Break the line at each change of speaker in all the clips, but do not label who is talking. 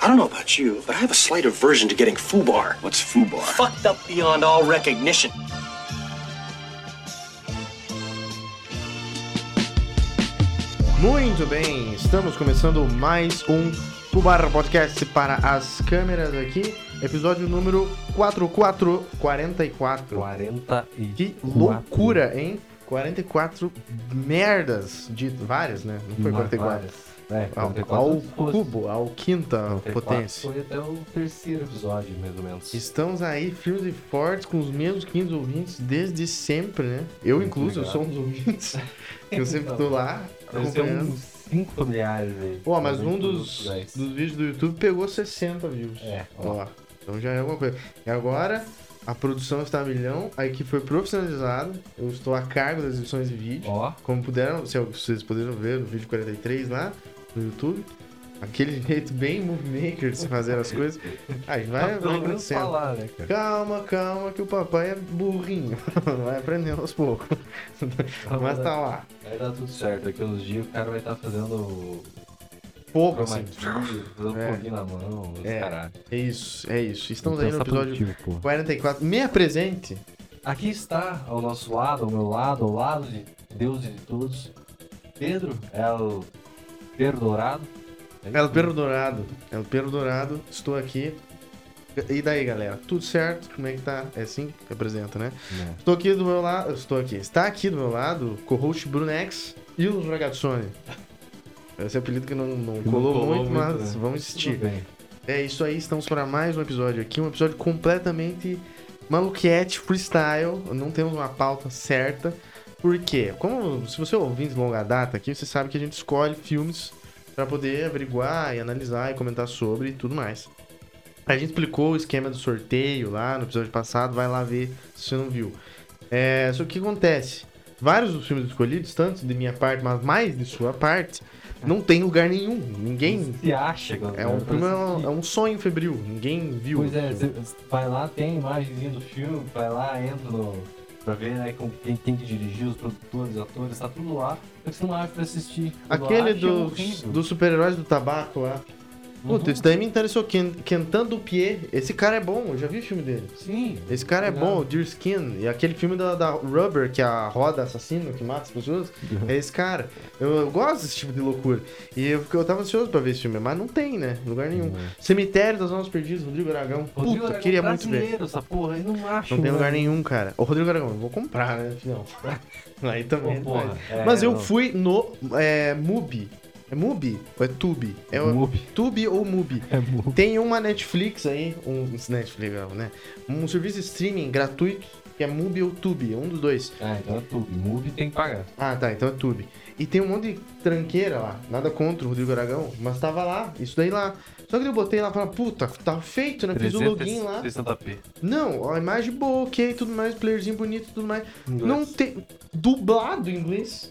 I don't know about you, but I have a slight aversion to getting foobar.
What's foobar?
Fucked up beyond all recognition.
Muito bem, estamos começando mais um Tubar Podcast para as câmeras aqui, episódio número 4444.
40 e.
Que
quatro.
loucura, hein? 44 merdas de várias, né? Não foi
Uma-
44.
várias. É,
Ao,
44
ao
foi-
cubo, ao quinta
44
potência.
Foi até o terceiro episódio, mais ou menos.
Estamos aí frios e fortes com os mesmos 15 ouvintes desde sempre, né? Eu,
Muito
incluso, eu
obrigado. é
sou
um
um dos ouvintes. eu sempre tô lá
Deve ser
acompanhando.
uns 5 familiares aí.
Pô, mas um
Talvez
dos,
dez.
dos vídeos do YouTube pegou 60 views.
É, ó.
Ó, então já é alguma coisa. E agora, a produção está a milhão, a equipe foi profissionalizada, eu estou a cargo das edições de vídeo.
Ó,
Como puderam, se vocês puderam ver no vídeo 43 lá no YouTube, aquele jeito bem movie maker de se fazer as coisas. Aí vai,
tá
vai
pelo menos
acontecendo.
falar, né, cara?
Calma, calma, que o papai é burrinho. Vai aprendendo aos poucos. Mas tá lá.
Vai dar tudo certo. Daqui uns dias o cara vai estar fazendo
Pouco assim.
cromadinho, fazendo
É.
foguinho na mão, os
É.
caralho.
É isso, é isso. Estamos aí no
Pensar
episódio
Então tá produtivo, pô.
44. Me
É
apresente.
Aqui está, ao nosso lado, ao meu lado, ao lado de Deus e de todos. Pedro é o Pedro Dourado. É
É o
isso?
Perro Dourado. É o Perro Dourado. Estou aqui. E daí, galera? Tudo certo? Como é que tá? É assim que apresenta, né?
Né?
Estou aqui do meu lado. Estou aqui. Está aqui do meu lado o co-host Brunex e o Ragazzoni. Esse é o apelido que não, não
Que não
colou,
colou
muito,
muito,
mas
né?
vamos
Tudo
insistir.
bem.
É isso aí, estamos para mais um episódio aqui. Um episódio completamente maluquete, freestyle. Não temos uma pauta certa. Por quê? Como se você é ouvinte de longa data aqui, você sabe que a gente escolhe filmes para poder averiguar e analisar e comentar sobre e tudo mais. A gente explicou o esquema do sorteio lá no episódio passado, vai lá ver se você não viu. É, só que o que acontece? Vários dos filmes escolhidos, tanto de minha parte, mas mais de sua parte, não tem lugar nenhum. Ninguém
Se acha, quando
é um,
vai
filme, é um-
assistir.
é um sonho febril, ninguém viu.
Então, Pois é,
o
você
filme.
vai lá, tem imagenzinha do filme, vai lá, entra no. pra ver né, com quem tem que dirigir, os produtores, os atores, tá tudo lá. Só que você não acha pra assistir. Quando
Aquele
acha, é
dos,
horrível.
dos super-heróis do tabaco lá. Puta,
Uhum.
isso daí me interessou. Ken- Quentin Dupier, esse cara é bom, eu já vi o filme dele.
Sim.
Esse cara é
Não.
bom, o Deer Skin. E aquele filme da, da Rubber, que é a roda assassina que mata as pessoas,
Uhum.
é esse cara. Eu, eu gosto desse tipo de loucura. E eu, eu tava ansioso pra ver esse filme, mas não tem, né? Em lugar nenhum. Cemitério das Almas Perdidas, Rodrigo Aragão.
Uhum. Rodrigo
Puta,
Aragão tá
queria muito ver.
brasileiro, essa porra, eu não acho.
Não tem lugar
mano.
nenhum, cara. Ô, Rodrigo Aragão, eu vou comprar, né? Não. Aí também.
Pô, porra,
mas
é,
mas eu
não.
fui no é, Mubi. É Mubi? Ou é Tubi? É o
Mubi.
Tubi ou Mubi?
É burro.
Tem uma Netflix aí, um Netflix legal, né? Um serviço de streaming gratuito que é Mubi ou Tubi, um dos dois.
Ah, então é tudo. Move tem que pagar.
Ah, tá, então é Tube. E tem um monte de tranqueira lá. Nada contra o Rodrigo Aragão, mas tava lá, isso daí lá. Só que eu botei lá e falei, puta, tá feito, né? Fiz o login lá.
360p.
Não, a imagem boa, ok, tudo mais, playerzinho bonito, tudo mais.
Inglês.
Não tem. Dublado em inglês?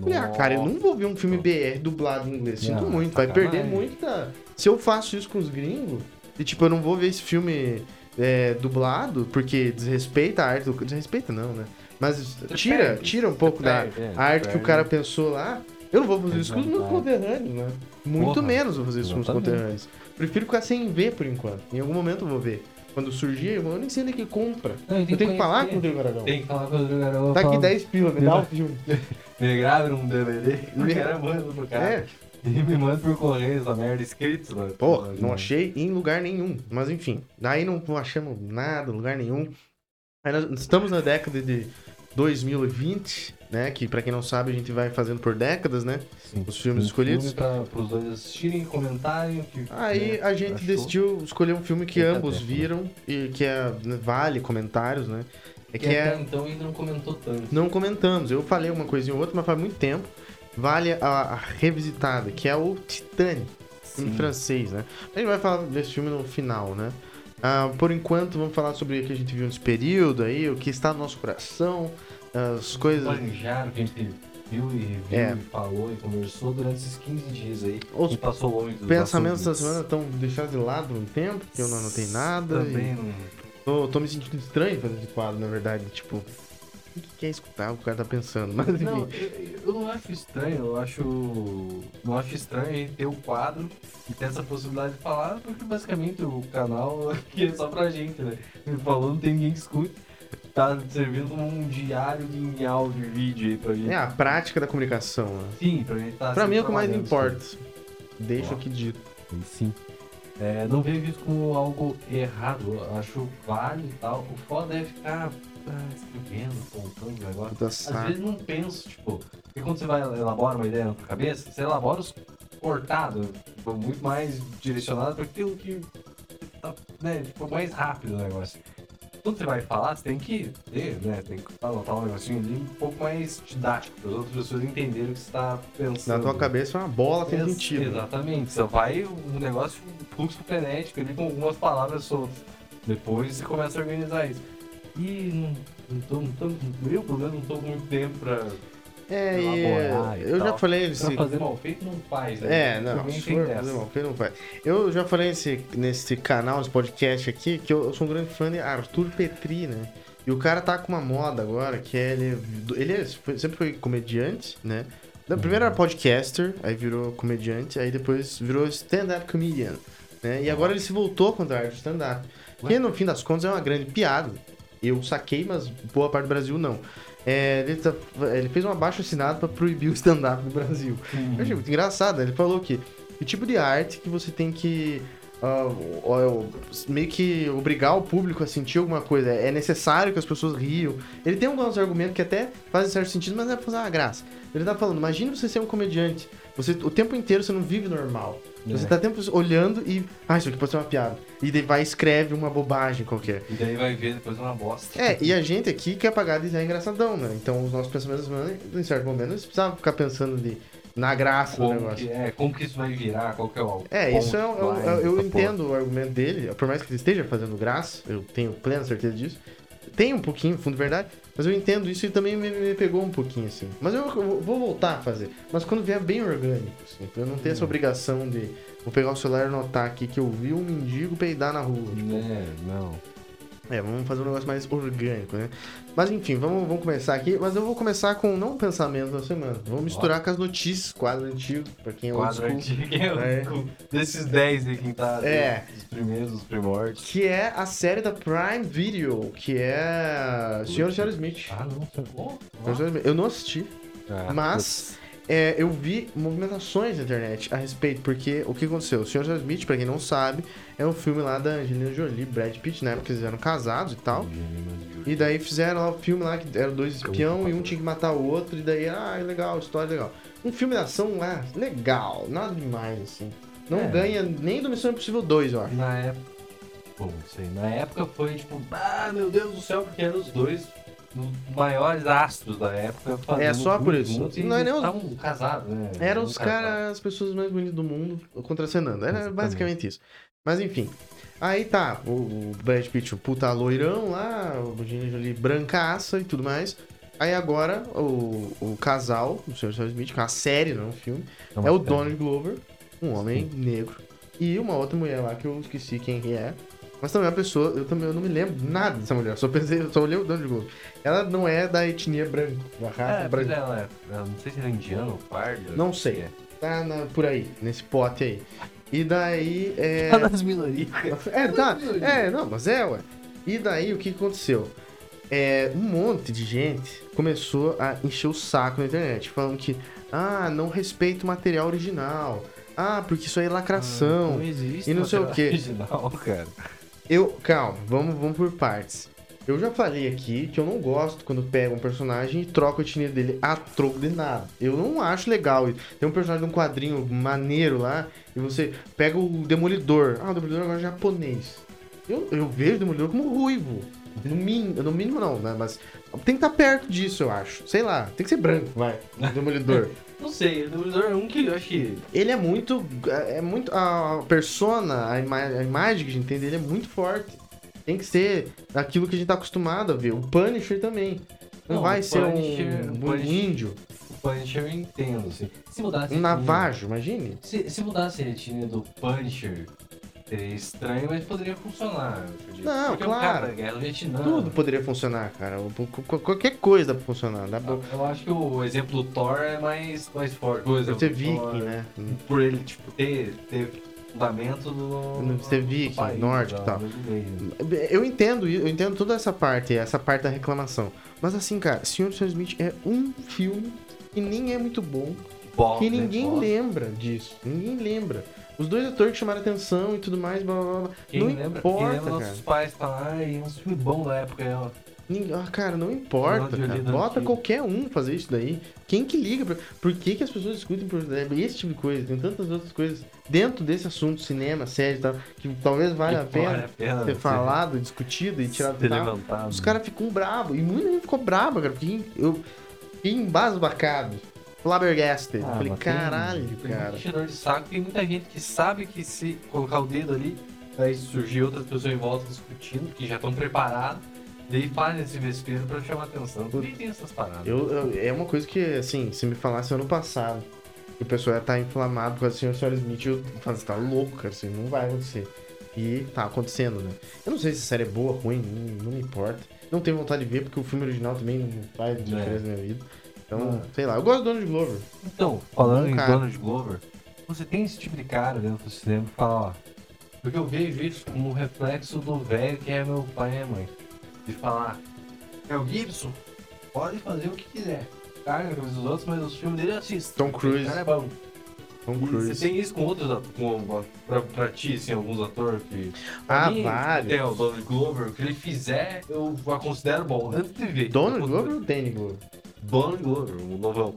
Falei, ah, cara, eu não vou ver um filme BR dublado em inglês. Sinto
Não,
muito, vai
sacanagem.
perder muito da. Se eu faço isso com os gringos, e tipo, eu não vou ver esse filme é, dublado, porque desrespeita a arte do. Desrespeita não, né? Mas tira,
perde.
tira um pouco da
perde, é,
a arte que o
perde.
cara pensou lá. Eu não vou fazer isso com os meus
Exato.
conterrâneos, né? Muito
Porra,
menos vou fazer isso com os
exatamente.
conterrâneos. Prefiro ficar sem ver por enquanto. Em algum momento eu vou ver. Quando surgir, eu nem sei onde é que compra.
Não,
Eu tenho que falar com o Rodrigo Aragão.
Tem que falar com o Rodrigo Aragão.
Tá aqui
falar,
10 pila, me dá o filme.
Me grave um DVD. O cara manda pro cara.
É.
E me manda por correio essa merda escrito. Né?
Pô, não achei em lugar nenhum. Mas enfim, daí não achamos nada, lugar nenhum. Aí nós estamos na década de 2020, né? Que pra quem não sabe, a gente vai fazendo por décadas, né?
Sim.
Os filmes
Um
escolhidos.
Filme pra, pros dois assistirem, comentarem. Que,
Aí
né,
a gente
achou. tá
decidiu escolher um filme que
Eita,
ambos
década.
viram e que é, vale comentários, né? É que
Que até
é
então ainda não comentou tanto.
não comentamos. Eu falei uma coisinha ou outra, mas faz muito tempo. Vale a, a revisitada, que é o Titanic, em
Sim.
francês, né? A gente vai falar desse filme no final, né? Ah, por enquanto, vamos falar sobre o que a gente viu nesse período aí, o que está no nosso coração, as coisas.
Planejaram que a gente viu e reviu
É.
e falou e conversou durante esses 15 dias aí.
Os
e passou longe dos
Pensamentos da
assuntos.
semana estão deixados de lado um tempo, que eu não anotei nada. e
Também não.
Tô, tô me sentindo estranho fazendo esse quadro, na verdade. Tipo, O que quer escutar o que o cara tá pensando? Mas enfim.
Não, eu, eu não acho estranho, eu acho. Não acho estranho ele ter o quadro e ter essa possibilidade de falar, porque basicamente o canal aqui é só pra gente, né? Ele falou, não tem ninguém que escute. Tá servindo como um diário em áudio e vídeo aí pra gente.
É a prática da comunicação, né?
Sim, pra gente tá.
Pra
sempre
mim é o que mais
trabalhando,
importa. Deixo
Ó.
aqui dito.
sim. Sim. É, não vejo isso como algo errado, eu acho válido e tal. O foda é ficar ah, escrevendo, contando negócio.
Puta
Às
saco.
vezes não penso, tipo, porque quando você vai elabora uma ideia na tua cabeça, você elabora os cortados, tipo, muito mais direcionado para aquilo que tá, né, tipo, mais rápido o negócio. Quando você vai falar, você tem que ter, né, tem que anotar um negocinho ali um pouco mais didático, para as outras pessoas entenderem o que você está
Na
pensando.
tua cabeça é uma bola tem
Ex-
sentido.
Exatamente, só vai um negócio, um fluxo frenético ali com algumas palavras soltas. Depois você começa a organizar isso. E não, não tô, não tô, meu problema, não tô com muito tempo pra
É,
Elaborar
e
e
eu já
tal.
falei
Pra
esse
fazer mal feito não faz, né?
É, não,
Ninguém
se
tem
for
dessa.
fazer mal feito, não faz. Eu já falei nesse, nesse canal, nesse podcast aqui, que eu, eu sou um grande fã de Arthur Petri, né? E o cara tá com uma moda agora, que é ele, ele é- foi- sempre foi comediante, né? Da primeira era podcaster, aí virou comediante, aí depois virou stand-up comedian, né? E agora ele se voltou contra a arte do stand-up. Que no fim das contas é uma grande piada. Eu saquei, mas boa parte do Brasil não. É, ele, tá- ele fez uma baixa assinada pra proibir o stand-up no Brasil.
Uhum.
Eu achei muito engraçado. né? Ele falou que o tipo de arte que você tem que ah, ó, ó, meio que obrigar o público a sentir alguma coisa. É necessário que as pessoas riam. Ele tem alguns argumentos que até fazem certo sentido, mas é pra fazer uma graça. Ele tá falando, imagine você ser um comediante. Você, o tempo inteiro você não vive normal. Você
É.
tá o tempo olhando e. Ah, isso aqui pode ser uma piada. E daí vai e escreve uma bobagem qualquer.
E daí vai ver depois uma bosta.
É, e a gente aqui quer pagar de Zé engraçadão, né? Então os nossos pensamentos, humanos, em certo momento, eles precisavam ficar pensando de, na graça do
como
negócio.
que, é, como que isso vai virar, qual que é o
É, isso é, um- é um-
ponto
eu, eu
mais,
entendo o argumento dele, por mais que ele esteja fazendo graça, eu tenho plena certeza disso. Tem um pouquinho, fundo de verdade, mas eu entendo isso e também me, me pegou um pouquinho, assim. Mas eu, eu vou voltar a fazer, mas quando vier bem orgânico, assim, pra eu não ter
Hum.
essa obrigação de vou pegar o celular e anotar aqui que eu vi um mendigo peidar na rua.
pô. Né, não.
É, vamos fazer um negócio mais orgânico, né? Mas enfim, vamos, vamos começar aqui. Mas eu vou começar com não um pensamento da semana. Vamos misturar com as notícias, quadro antigo, pra quem é old
Quadro
school.
antigo, que é o-
É.
desses 10 aí, quem tá
É.
dos primeiros, dos primórdios.
Que é a série da Prime Video, que é. Senhor e Senhora Smith.
Ah, não, foi bom.
Senhora e Senhora Smith. Eu não assisti,
Ah,
mas é, eu vi movimentações na internet a respeito, porque o que aconteceu? O Senhor e Senhora Smith, pra quem não sabe, é um filme lá da Angelina Jolie, Brad Pitt, né? Porque eles eram casados e tal. E daí fizeram lá o filme lá que eram dois espião e um tinha que matar o outro, e daí, ah, é legal, história legal. Um filme de ação lá, legal, nada demais, assim. Não
É.
ganha nem do Missão Impossível 2, eu acho.
Na época. Bom, não sei. Na época foi tipo, ah, meu Deus do céu, porque eram os dois maiores astros da época. fazendo
É, só
tudo
por isso.
junto e
Não é nem os-
Estavam casados, né?
É, Eram
Um
os
casal.
caras, as pessoas mais bonitas do mundo contracenando. Era
Exatamente.
basicamente isso. Mas enfim. Aí tá, o, o Brad Pitt, o puta loirão lá, o Angelina Jolie brancaça e tudo mais. Aí agora, o, o casal, o Sr. Sam Smith, que é uma série, não é um filme,
uma
é o
série.
Donald Glover, um homem negro. E uma outra mulher lá que eu esqueci quem que é. Mas também é uma pessoa, eu também eu não me lembro nada dessa mulher, só pensei, eu só olhei o Donald Glover. Ela não é da etnia branca, da raça
É,
branca.
mas ela, é- ela- não sei se era indiana ou parda.
Não sei. Tá na- por aí, nesse pote aí. E daí, é...
Tá nas minorias.
é, tá. É, não, mas é, ué. E daí, o que que aconteceu? É, um monte de gente começou a encher o saco na internet, falando que, ah, não respeita o material original. Ah, porque isso aí é lacração.
existe.
E não sei o
material
quê.
Original, cara.
Eu, calma, vamos, vamos por partes. Eu já falei aqui que eu não gosto quando pega um personagem e troca o etnia dele a troco de nada. Eu não acho legal. isso. Tem um personagem de um quadrinho maneiro lá e você pega o Demolidor. Ah, o Demolidor agora é japonês. Eu, eu vejo o Demolidor como ruivo. No, min, no mínimo não, né? Mas tem que estar perto disso, eu acho. Sei lá, tem que ser branco, vai. o Demolidor.
Não sei, o Demolidor é um que eu acho que.
Ele é muito. É muito. A persona, a, ima- a imagem que a gente tem dele é muito forte. Tem que ser aquilo que a gente tá acostumado a ver. O Punisher também. Não,
Não,
vai
o
ser
Punisher-
um,
o
um
Punisher-
índio,
O Punisher eu entendo, assim. Se mudasse.
um navajo, imagine.
Se, se mudasse a retina do Punisher Seria estranho, mas poderia funcionar. eu acredito.
Não,
Porque
claro.
O cara da guerra do Vietnã.
Tudo poderia funcionar, cara. Qu- qu- Qualquer coisa dá pra funcionar. Dá pra...
Eu acho que o exemplo do Thor é mais, mais forte.
Deve
Por exemplo,
ser
o
viking,
Thor,
né?
Por ele, tipo, ter, ter fundamento no.
Deve ser
no
é viking, tá.
país,
nórdico e
no
tal.
meio.
Eu entendo, i- eu entendo toda essa parte, essa parte da reclamação. Mas assim, cara, Senhor do Senhor Smith é um filme que nem é muito bom,
Bom,
que
né,
ninguém
bom.
lembra disso. Ninguém lembra. Os dois atores que chamaram atenção e tudo mais, blá blá blá.
Quem
não
lembra, quem é
importa,
lembra
cara.
nossos pais falam, ai, é um filme bom da época. ó."
Ninguém- ah, cara, não importa,
Não, de
cara.
olho
Bota
antigo.
qualquer um fazer isso daí. Quem que liga? Pra... Por que, que as pessoas discutem por esse tipo de coisa? Tem tantas outras coisas dentro desse assunto, cinema, série e tal, que talvez valha a
Que vale
pena
a pena
ser
você
falado, discutido e tirado
ter
do tal.
levantado.
Os caras ficam bravos. E muita gente ficou brava, cara. Porque eu fiquei embasbacado. Flabbergasted.
Ah,
Falei,
mas tem-
caralho,
tem
cara.
muito enchedor de saco, tem muita gente que sabe que se colocar o dedo ali, vai surgir outras pessoas em volta discutindo, que já estão preparadas, daí fazem esse vespeiro pra chamar atenção. Nem tem essas paradas.
Eu, eu- é uma coisa que, assim, se me falasse ano passado que o pessoal ia estar inflamado por causa do Sr. Sr. Smith, eu falava, você tá louco, cara, isso aí não vai acontecer. E tá acontecendo, né? Eu não sei se a série é boa, ruim, não, não me importa. Não tenho vontade de ver, porque o filme original também não faz diferença na minha vida. Então,
É. Ah.
sei lá, eu gosto do Donald Glover.
Então, falando
Bom
em
cara.
Donald Glover, você tem esse tipo de cara dentro do cinema que fala, ó, porque eu vejo isso como um reflexo do velho que é meu pai e minha mãe. De falar, é o Gibson, pode fazer o que quiser. Carga a camisa dos outros, mas os filmes dele eu assisto.
Tom Cruise.
O cara é bom.
Tom
E
Cruise.
Você tem isso com outros atores, com, pra, pra ti, assim, alguns atores que. pra
Ah,
mim,
vários.
Tem o Donald Glover, o que ele fizer, eu a considero bom. Antes de ver.
Donald
Eu
Glover ou Danny Glover?
considero- Donald Glover, o novão.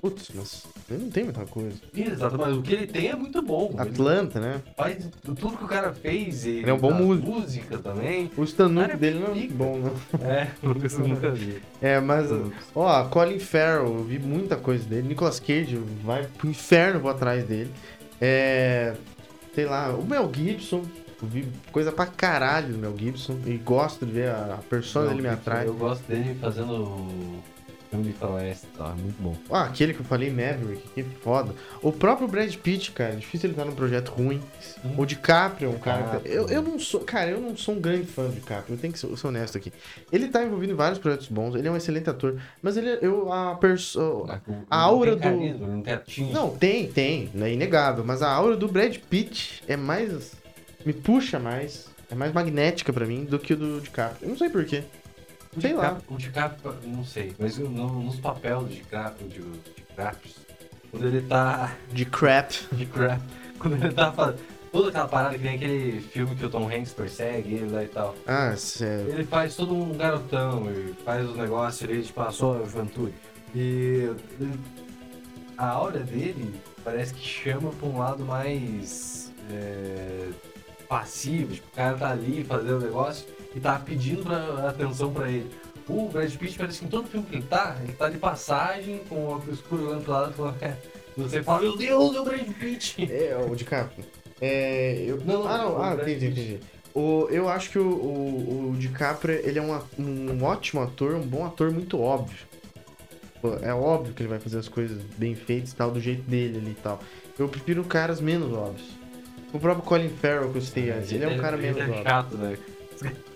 Putz, mas ele não tem muita coisa.
Exato, mas o que ele tem é muito bom. Ele
Atlanta, né?
faz tudo que o cara fez. E
Ele é um bom
as
músico.
músicas também.
O stand-up
Cara,
dele não é muito
pica.
bom, não.
É, eu nunca vi.
É, mas. Ó, Colin Farrell, eu vi muita coisa dele. Nicolas Cage, vai pro inferno vou atrás dele. É. Sei lá, o Mel Gibson, eu vi coisa pra caralho do Mel Gibson. E gosto de ver a, a persona dele me atrai.
Eu gosto dele fazendo o filme de faroeste, tá? Muito bom.
Ah, aquele que eu falei, Maverick, que foda. O próprio Brad Pitt, cara, é difícil ele estar num projeto ruim. O DiCaprio é um cara. que- Eu, eu não sou. Cara, eu não sou um grande fã do DiCaprio, eu tenho que ser, ser honesto aqui. Ele tá envolvido em vários projetos bons, ele é um excelente ator, mas ele. Eu, a pessoa. A aura do-
Não tem carisma, não
Não, tem, tem, é inegável, mas a aura do Brad Pitt é mais. me puxa mais, é mais magnética pra mim do que o do DiCaprio. Eu não sei porquê.
O
Sei lá.
DiCaprio- O DiCaprio, não sei, mas eu- no- nos papéis do DiCaprio, de, de Craps, quando ele tá.
De crap.
De crap, quando ele tá fazendo. Toda aquela parada que tem aquele filme que o Tom Hanks persegue ele lá e tal.
Ah, sério.
Ele faz todo um garotão e faz os negócios ele tipo, a sua juventude. E ele- a aura dele parece que chama pra um lado mais é, passivo, tipo, o cara tá ali fazendo o negócio e tá pedindo pra- atenção pra ele. O Brad Pitt parece que em todo filme que ele tá, ele tá de passagem, com o óculos escuro olhando pro lado e falando, "É", você fala, meu Deus, é o Brad Pitt!
É, o DiCaprio. É. Eu...
Não,
ah, não,
o
ah,
Brad
entendi,
Pitt.
entendi. O, eu acho que o, o, o DiCaprio, ele é um, a- um ótimo ator, um bom ator muito óbvio. Pô, É óbvio que ele vai fazer as coisas bem feitas e tal, do jeito dele ali e tal. Eu prefiro caras menos óbvios. O próprio Colin Farrell que eu citei antes, ele é um cara
Ah, ele
menos
é
óbvio.
chato, né?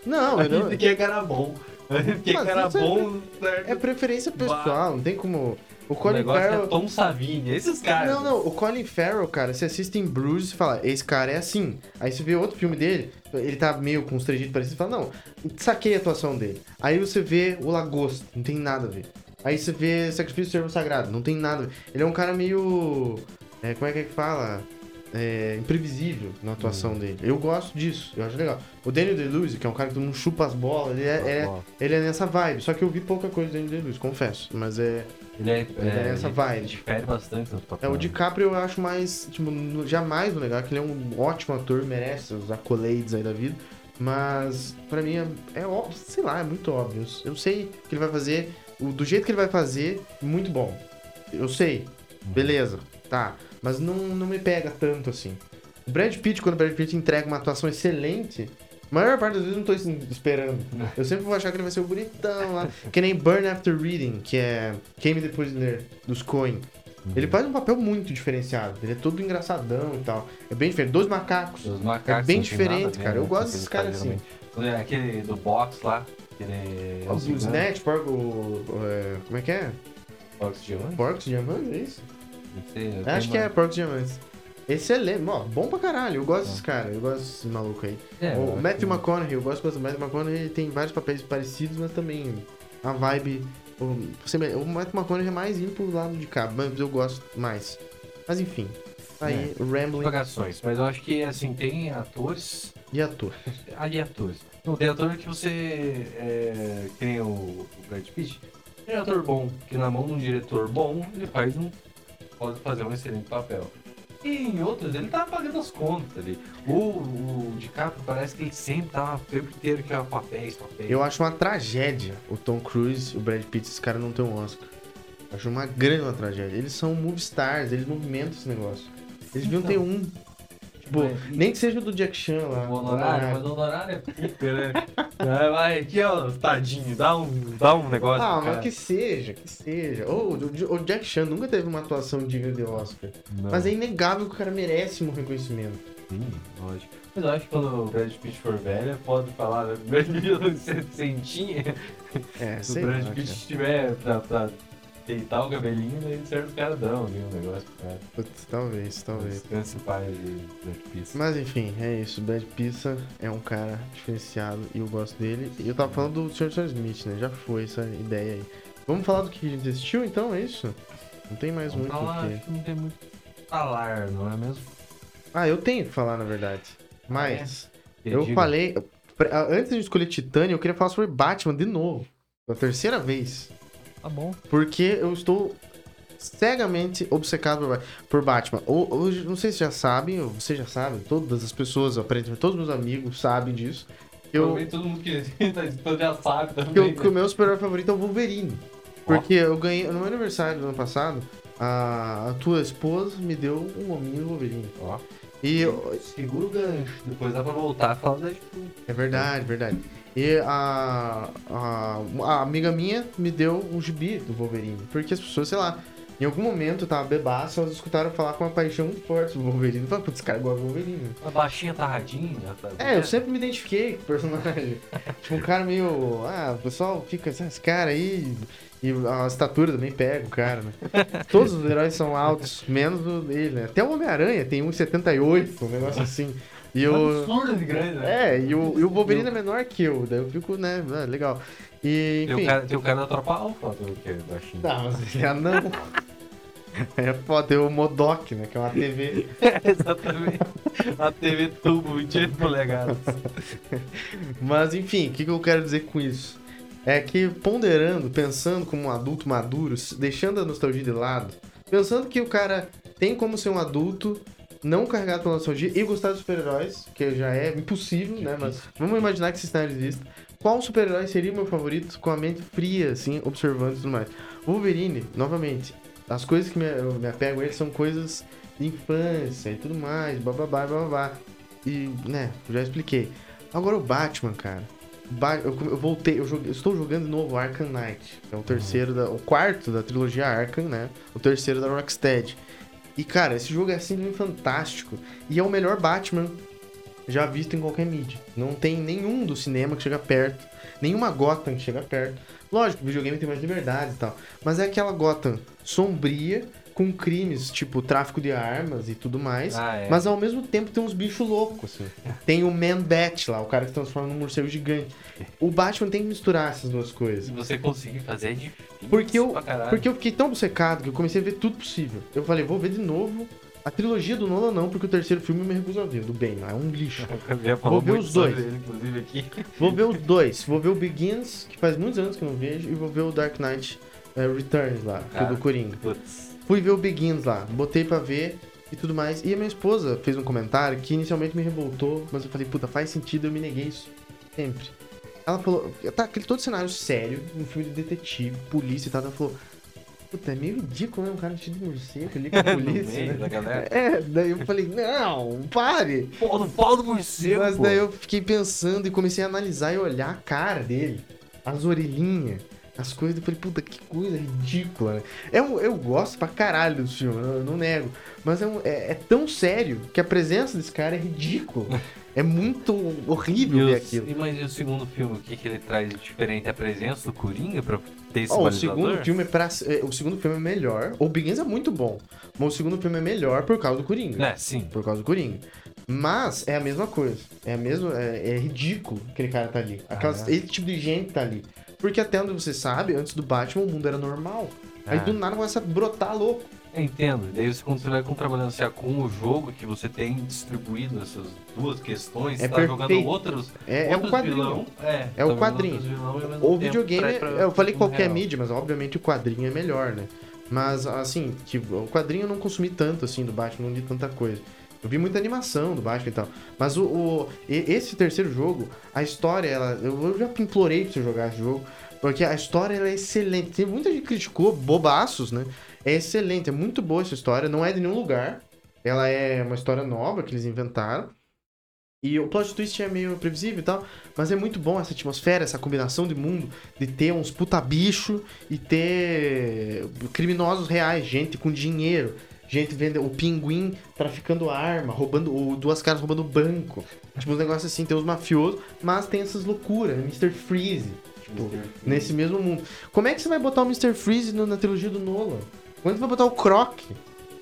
Não, eu não...
Ainda que é cara bom. Ainda que
Mas
é cara
isso é-
bom, né? certo?
É preferência pessoal, não tem como. O
O
Colin
negócio é
Farrell.
Tom Savini, esses caras.
Não, não, o Colin Farrell, cara, você assiste em Bruce e fala, esse cara é assim. Aí você vê outro filme dele, ele tá meio com uns trejeitos parecidos e fala, não, saquei a atuação dele. Aí você vê o Lagosta, não tem nada a ver. Aí você vê Sacrifício do Servo Sagrado, não tem nada a ver. Ele é um cara meio. é, como é que é que fala? É, imprevisível na atuação
Hum.
dele. Eu gosto disso, eu acho legal. O Daniel DeLuise, que é um cara que todo mundo chupa as bolas, ele é,
As
é-
bolas.
ele é nessa vibe. Só que eu vi pouca coisa do Daniel DeLuise, confesso. Mas é,
Ele é,
é essa vibe.
difere bastante dos papéis.
é, o DiCaprio eu acho mais, tipo, no- jamais vou negar que ele é um ótimo ator, merece os accolades aí da vida, mas pra mim é, é óbvio, sei lá, é muito óbvio. Eu sei que ele vai fazer, o- do jeito que ele vai fazer, muito bom. Eu sei, beleza, tá, mas não, não me pega tanto assim. O Brad Pitt, quando o Brad Pitt entrega uma atuação excelente, a maior parte das vezes eu não tô assim, esperando. Eu sempre vou achar que ele vai ser o bonitão lá. que nem Burn After Reading, que é Came the Prisoner dos Coen. Ele faz um papel muito diferenciado. Ele é todo engraçadão e tal. É bem diferente. Dois macacos.
Os
É
macacos,
bem
não tem nada a
diferente,
ver,
cara.
né,
Eu
com
gosto
aqueles
desses caras assim.
geralmente. é Aquele do box lá. é Aquele.
Os Snatch, porco. é, como é que é?
Box de onde?
Porcos Diamantes, é isso?
Não sei, eu
Acho
tenho
que é
uma-
Porcos Diamantes. Excelente, mano. Bom pra caralho. Eu gosto desses caras. Eu gosto desses malucos aí.
É,
o
eu-
Matthew McConaughey, eu gosto bastante do Matthew McConaughey, ele tem vários papéis parecidos, mas também a vibe. O, sem- o Matthew McConaughey é mais indo pro lado de cá, mas eu gosto mais. Mas enfim, tá
É.
aí, Rambling
Pagações, mas eu acho que assim, tem atores
e ator.
ali atores. Não, tem ator que você. É, que nem o, o Brad Pitt. Tem um ator bom, que na mão de um diretor bom, ele faz um. pode fazer um excelente papel. E em outros, ele tá pagando as contas ali. O, o DiCaprio parece que ele sempre tá o tempo inteiro que é papéis, papéis.
Eu acho uma tragédia o Tom Cruise, o Brad Pitt, esses caras não tem um Oscar. Acho uma grande uma tragédia. Eles são movie stars, eles movimentam esse negócio. Eles deviam
Então.
ter um. Tipo,
Mas-
nem que seja do Jack Chan lá. Ah,
O honorário, mas o honorário é pica, né? Vai, vai, aqui, ó, tadinho, dá um, dá um negócio.
Ah,
pro
mas
cara.
que seja, que seja. Ou o o Jack Chan nunca teve uma atuação digna de Oscar.
Não.
Mas é inegável que o cara merece um reconhecimento.
Sim, lógico. Mas eu acho que quando o Brad Pitt for velho, pode falar, né? Brad Pitt sentinha,
É,
se
sei
o
lá,
Brad
cara.
Pitt tiver pra, pra deitar o cabelinho, daí serve os caras dão ali um negócio pro cara.
Putz, talvez, talvez.
Descanse pai de Brad Pitt.
Mas enfim, é isso. Brad Pizza é um cara diferenciado e eu gosto dele. E eu tava falando do Sr. Sr. Smith, né? Já foi essa ideia aí. Vamos falar do que a gente assistiu então, é isso? Não tem mais muito o
falar,
que.
acho que não tem muito o que falar, não é mesmo?
Ah, eu tenho que falar, na verdade. Mas,
Que
eu
Ah, é? diga.
falei. pre- ah, Antes de escolher Titânia, eu queria falar sobre Batman de novo. Pela terceira vez.
Tá bom.
Porque eu estou cegamente obcecado por Ba- por Batman. Ho- Hoje, não sei se já sabem, ou vocês já sabem, todas as pessoas, aparentemente, todos meus amigos sabem disso. Eu,
Também todo mundo que tá escutando já sabe também.
que, eu-
né?
que o meu super-herói favorito é o Wolverine. Porque eu ganhei, no meu aniversário do ano passado, a, a tua esposa me deu um hominho do Wolverine.
Ó.
E eu-
Segura o gancho, depois dá pra voltar a falar da tipo, Deadpool.
é verdade, verdade. E a, a, a amiga minha me deu um gibi do Wolverine. Porque as pessoas, sei lá, em algum momento eu tava bebaço, elas escutaram falar com uma paixão muito forte do Wolverine. Falaram, putz, esse cara gosta do Wolverine.
A baixinha né? tarradinha, sabe?
É, eu sempre me identifiquei com o personagem. tipo, um cara meio. Ah, o pessoal fica. "Ah, Esse cara aí. E a estatura também pega o cara, né? Todos os heróis são altos, menos o dele, né? Até o Homem-Aranha tem 1,78, um negócio assim. E
Um
eu.
absurdo de grande, né?
É, e o, e o Wolverine é menor que eu, daí eu fico, né? ah, Legal. E,
Tem o
enfim.
cara, tem o cara da tropa alfa do que é baixinho.
Tá, mas ele é anão. É foda, tem o Modoc, né? Que é uma TV.
Exatamente. A TV tubo, 28 polegadas.
Mas enfim, o que, que eu quero dizer com isso? É que ponderando, pensando como um adulto maduro, s- deixando a nostalgia de lado, pensando que o cara tem como ser um adulto não carregado pela nostalgia e gostar dos super-heróis, que já é impossível, né? Mas vamos imaginar que esse cenário exista. Qual super-herói seria o meu favorito com a mente fria, assim, observando e tudo mais? Wolverine, novamente, as coisas que me, eu me apego a ele são coisas de infância e tudo mais, bababá, bababá. E, né, já expliquei. Agora o Batman, cara. Ba- eu, eu voltei, eu, joguei- eu estou jogando de novo Arkham Knight. que É o
Uhum.
terceiro, da, o quarto da trilogia Arkham, né? O terceiro da Rocksteady. E, cara, esse jogo é simplesmente fantástico. E é o melhor Batman já visto em qualquer mídia. Não tem nenhum do cinema que chega perto, nenhuma Gotham que chega perto. Lógico, o videogame tem mais liberdade e tal. Mas é aquela Gotham sombria, com crimes tipo tráfico de armas e tudo mais.
Ah, é.
Mas ao mesmo tempo tem uns bichos loucos. assim. Tem o Man Bat lá, o cara que transforma num morcego gigante. O Batman tem que misturar essas duas coisas.
Se você conseguir fazer, é difícil
Porque eu,
pra caralho.
porque eu fiquei tão obcecado que eu comecei a ver tudo possível. Eu falei, vou ver de novo. A trilogia do Nolan não, porque o terceiro filme eu me recuso a ver, do bem, é um lixo.
Eu já falou
Vou ver
muito
os dois.
sobre Ele, inclusive, aqui.
Vou ver os dois. Vou ver o Begins, que faz muitos anos que eu não vejo, e vou ver o Dark Knight eh, Returns lá, que é
Ah.
do Coringa.
Putz.
Fui ver o Begins lá, botei pra ver e tudo mais. E a minha esposa fez um comentário que inicialmente me revoltou, mas eu falei, puta, faz sentido, eu me neguei isso. Sempre. Ela falou, tá, aquele todo cenário sério, um filme de detetive, polícia e tal, ela falou, puta, é meio ridículo, né? Um cara vestido de morcego ali com a
No
polícia,
meio
né?
da galera.
É, daí eu falei, não, pare!
Pô, no pau do morcego.
Mas
pô.
daí eu fiquei pensando e comecei a analisar e olhar a cara dele, as orelhinhas, as coisas. Eu falei, puta, que coisa ridícula, né? Eu, eu gosto pra caralho do filme, eu, eu não nego. Mas é, um- é- é tão sério que a presença desse cara é ridícula. É muito
E
horrível
o,
ver aquilo.
e, mas e o segundo filme, o que, que ele traz de diferente? A presença do Coringa pra ter esse
Ó, Ah, o
balizador?
segundo filme é pra, é, o segundo filme é melhor. O Begins é muito bom, mas o segundo filme é melhor por causa do Coringa.
É, sim.
por causa do Coringa. Mas é a mesma coisa. É a mesma. É, é ridículo que aquele cara tá ali. Aquelas-
Ah, é?
Esse tipo de gente tá ali. Porque até onde você sabe, antes do Batman o mundo era normal. Aí
Ah.
do nada começa a brotar louco.
Eu entendo. Daí você, quando você vai com- trabalhando assim, com o jogo que você tem distribuído essas duas questões,
É
você tá jogando
perfeito.
outros,
É, é
outros
o quadrinho.
vilão. É, tá
o
jogando
quadrinho.
outros vilão e ao mesmo
O
tempo
videogame,
traz
é-
pra-
eu falei
no
qualquer
real.
mídia, mas obviamente o quadrinho é melhor, né? Mas assim, tipo, o quadrinho eu não consumi tanto assim do Batman, não li tanta coisa. Eu vi muita animação do Batman e tal. Mas o, o- e- esse terceiro jogo, a história, ela. Eu, eu já implorei pra você jogar esse jogo. Porque a história ela é excelente. Tem muita gente que criticou, bobaços, né? É excelente, é muito boa essa história, não é de nenhum lugar. Ela é uma história nova que eles inventaram. E o plot twist é meio previsível e tal, mas é muito bom essa atmosfera, essa combinação de mundo, de ter uns puta bicho e ter criminosos reais, gente com dinheiro, gente vendendo o pinguim traficando arma, roubando o duas caras roubando um banco. Tipo uns negócios assim, tem os mafiosos, mas tem essas loucuras, né? Mr. Freeze, tipo, nesse mesmo mundo. Como é que você vai botar o Mr. Freeze no- na trilogia do Nolan? Quando você vai botar o Croc?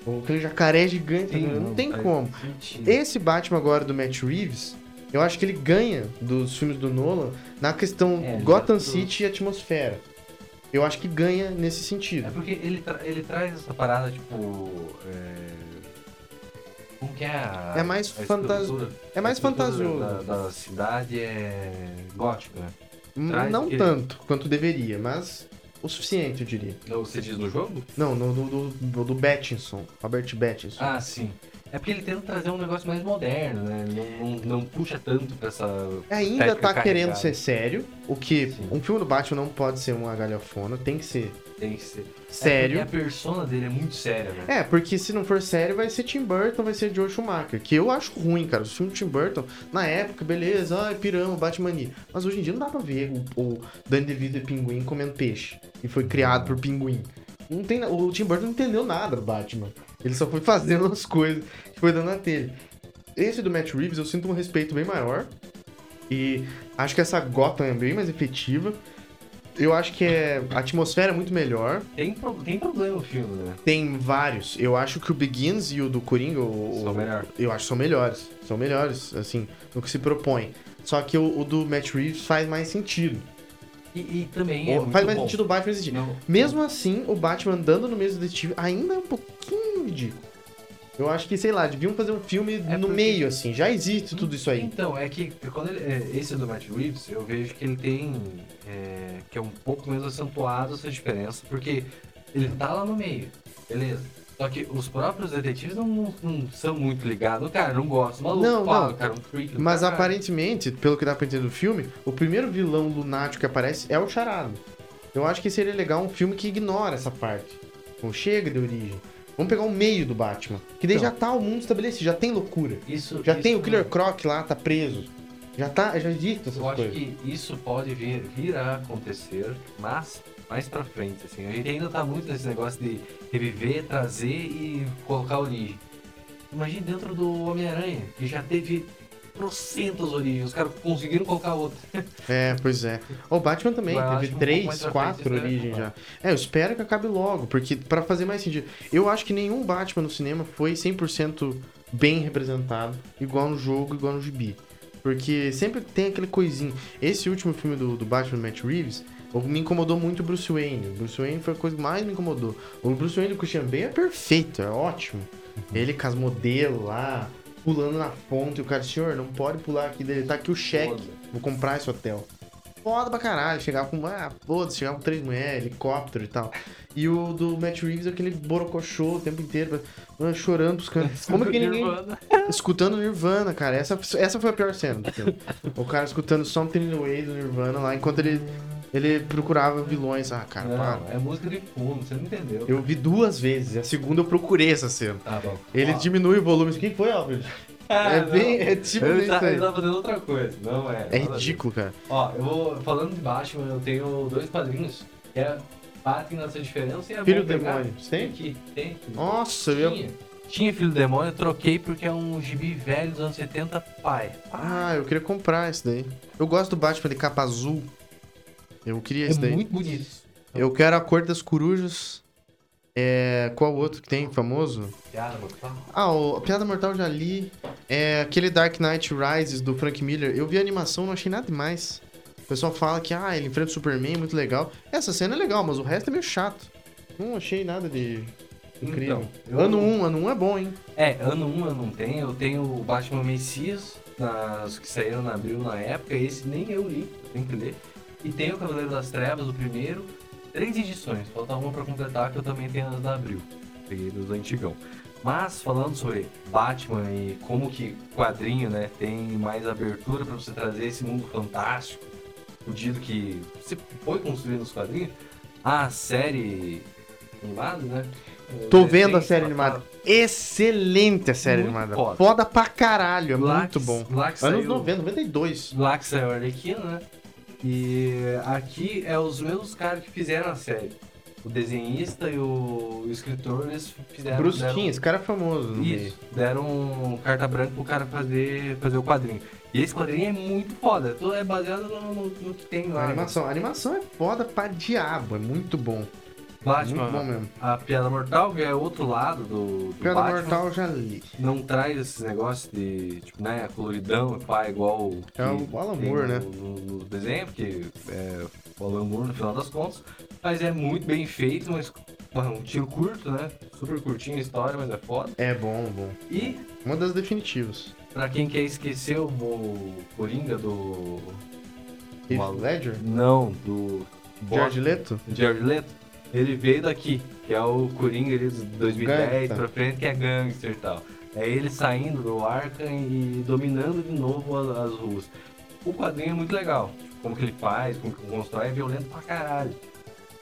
Ou aquele jacaré gigante?
Sim,
não, tem
faz
como.
sentido.
Esse Batman agora do Matt Reeves, eu acho que ele ganha dos filmes do Nolan na questão
É, ele
Gotham
já-
City e atmosfera. Eu acho que ganha nesse
É
sentido.
porque ele, tra- ele traz essa parada, tipo. É... Como que é a.
É mais
a
fanta-
estrutura-
É mais
a estrutura
fantasioso.
Da, da cidade é gótica. né?
Hum,
traz
Não
aquele-
tanto quanto deveria, mas o suficiente, eu diria.
Não, Você diz no jogo?
Não, no, do, do, do, do Pattinson, Robert Pattinson.
Ah, sim. É porque ele tenta trazer um negócio mais moderno, né? Não, não- não puxa tanto pra essa.
Ainda
Técnica
tá
carregada.
querendo ser sério, o que
Sim.
um filme do Batman não pode ser uma galhofona, tem que ser
Tem que ser.
sério.
É porque a persona dele é muito séria, né?
É, porque se não for sério, vai ser Tim Burton, vai ser Joe Schumacher, que eu acho ruim, cara. O filme do Tim Burton, na época, beleza, ai, pirão, Batmania. Mas hoje em dia não dá pra ver o, o Danny DeVito e Pinguim comendo peixe. E foi criado por Pinguim. Não tem, na- o Tim Burton não entendeu nada do Batman. Ele só foi fazendo as coisas que foi dando na telha. Esse do Matt Reeves eu sinto um respeito bem maior. E acho que essa Gotham é bem mais efetiva. Eu acho que é, a atmosfera é muito melhor.
Tem, pro- tem problema o filme, né?
Tem vários. Eu acho que o Begins e o do Coringa, o-
Só
o-
melhor.
eu acho que são melhores. São melhores, assim, no que se propõe. Só que o, o do Matt Reeves faz mais sentido.
E, e também é
Ou-
muito
faz mais
bom.
sentido o Batman existir.
Não-
Mesmo assim, o Batman andando no mesmo detetive ainda é um pouquinho ridículo. Eu acho que, sei lá, deviam fazer um filme no
É porque-
meio, assim. Já existe tudo isso aí.
Então, é que quando ele, é, esse do Matt Reeves, eu vejo que ele tem. é, que é um pouco menos acentuado essa diferença, porque ele tá lá no meio, beleza? Só que os próprios detetives não, não- não são muito ligados. O cara não gosta, o maluco.
Não,
fala,
não.
O cara é um freak. do
Mas
caralho.
aparentemente, pelo que dá pra entender do filme, o primeiro vilão lunático que aparece é o Charado. Eu acho que seria legal um filme que ignora essa parte. Não chega de origem. Vamos pegar o meio do Batman. Que daí
Então.
já tá o mundo estabelecido, já tem loucura.
Isso,
Já
isso-
tem o Killer Croc lá, tá preso. Já tá, já existe essas
Eu acho
coisas.
que isso pode vir, vir a acontecer, mas mais pra frente, assim. A gente ainda tá muito nesse negócio de reviver, trazer e colocar origem. Imagina dentro do Homem-Aranha, que já teve trocentas origens, os caras conseguiram colocar outra.
É, pois é. O Batman também
Mas eu acho
teve
um pouco mais
três,
pra
quatro
frente, né?
origens já. É, eu espero que acabe logo, porque pra fazer mais sentido. Eu acho que nenhum Batman no cinema foi 100% bem representado, igual no jogo, igual no gibi. Porque sempre tem aquele coisinho. Esse último filme do, do Batman do Matt Reeves o- me incomodou muito o Bruce Wayne. O Bruce Wayne foi a coisa que mais me incomodou. O Bruce Wayne do Christian Bale é perfeito, é ótimo. Ele com as modelos lá, pulando na fonte. O cara, senhor, não pode pular aqui dele. Tá aqui o cheque. Vou comprar esse hotel. Foda pra caralho. Chegava com. Ah, foda-se, chegava com três mulheres, helicóptero e tal. E o do Matt Reeves, é aquele borocochô o tempo inteiro, ah, chorando pros cantos. Como é que ninguém.
Nirvana.
Escutando Nirvana, cara. Essa, essa foi a pior cena do filme. O cara escutando Something in the Way do Nirvana lá, enquanto ele, ele procurava vilões. Ah, cara,
Não,
para.
é música de fundo, você não entendeu.
Eu vi duas vezes. A segunda eu procurei essa cena.
Tá bom.
Ele
Ó.
diminui o volume. Quem foi, Alfred?
Ah,
é
não.
bem. É tipo
Eu
isso
tava,
aí.
eu tava tá- fazendo outra coisa, não é.
É
nada disso.
ridículo, cara.
Ó, eu vou. Falando de Batman, eu tenho dois padrinhos. que era batem nessa diferença e é
Filho do
bom pegar.
demônio, tem?
Aqui, tem.
Nossa, eu ia...
Tinha. Tinha Filho do Demônio, eu troquei porque é um gibi velho dos anos 70, pai.
Ah, eu queria comprar esse daí. Eu gosto do Batman de capa azul. Eu queria
é
esse daí.
muito bonito.
Eu quero a cor das corujas. É. Qual outro que tem famoso?
Piada, vou falar.
Ah, o a Piada Mortal eu já li. É aquele Dark Knight Rises do Frank Miller. Eu vi a animação, não achei nada demais. O pessoal fala que ah, ele enfrenta o Superman, muito legal. Essa cena é legal, mas o resto é meio chato. Não achei nada de incrível.
Então, eu-
ano 1, um, ano 1 um é bom, hein?
É, ano 1 eu não tenho, eu tenho o Batman Messias, nas, que saíram na abril na época, esse nem eu li, eu tenho que ler. E tem o Cavaleiro das Trevas, o primeiro, três edições, falta uma pra completar que eu também tenho as da abril, peguei dos antigão. Mas falando sobre Batman e como que quadrinho, né, tem mais abertura pra você trazer esse mundo fantástico, fudido que se foi construído nos quadrinhos, a série animada, né?
Tô
o
vendo
desenho
a série
que
animada. Excelente a série
Muito
animada.
foda.
Foda. pra caralho, é
Lá
muito
que-
bom.
Lá que
Anos
saiu,
90, 92.
lá que saiu a Arlequina, né? E aqui é os mesmos caras que fizeram a série. O desenhista e o escritor, eles fizeram...
Bruce
deram-
Timm, esse cara é famoso. no meio.
Isso, deram carta branca pro cara fazer, fazer o quadrinho. E esse quadrinho é muito foda, tudo é baseado no, no- no que tem
A
lá.
animação. A animação é foda pra diabo, é muito bom.
Batman,
Muito bom mesmo.
a Piada Mortal, que é outro lado do, do
Piada
Batman,
Mortal eu já li.
não traz esse negócio de, tipo, né, coloridão, pá, igual o
É o Alan
tem
Moore,
no,
né?
No, no desenho, porque é o Alan Moore no final das contas. Mas é muito bem feito, mas porra, um tiro curto, né? Super curtinho a história, mas é foda.
É bom, bom.
E,
Uma das definitivas.
pra quem quer esquecer o o Coringa do...
Heath
Maluco.
Ledger?
Não, do...
George Leto?
Jared Leto, ele veio daqui, que é o Coringa ali de 2010
Gangsta.
pra frente, que é gangster e tal. É ele saindo do Arkham e dominando de novo a- as ruas. O quadrinho é muito legal, tipo, como que ele faz, como que constrói, é violento pra caralho.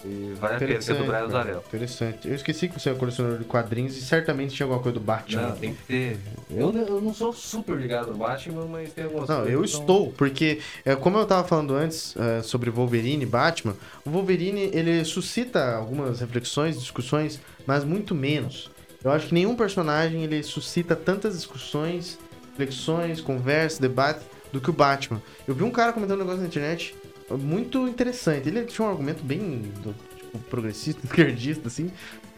E vale a pena ser é do Brian
cara.
Azarel.
Interessante. Eu esqueci que você é colecionador de quadrinhos e certamente tinha alguma coisa do Batman.
Não, tem que ter. Eu, eu não sou super ligado no Batman, mas tem algumas
Não,
coisas
eu
que são-
estou, porque é, como eu tava falando antes é, sobre Wolverine e Batman, o Wolverine ele suscita algumas reflexões, discussões, mas muito menos. Eu acho que nenhum personagem ele suscita tantas discussões, reflexões, conversas, debates do que o Batman. Eu vi um cara comentando um negócio na internet é, muito interessante. Ele tinha um argumento bem do- tipo, progressista, esquerdista, assim,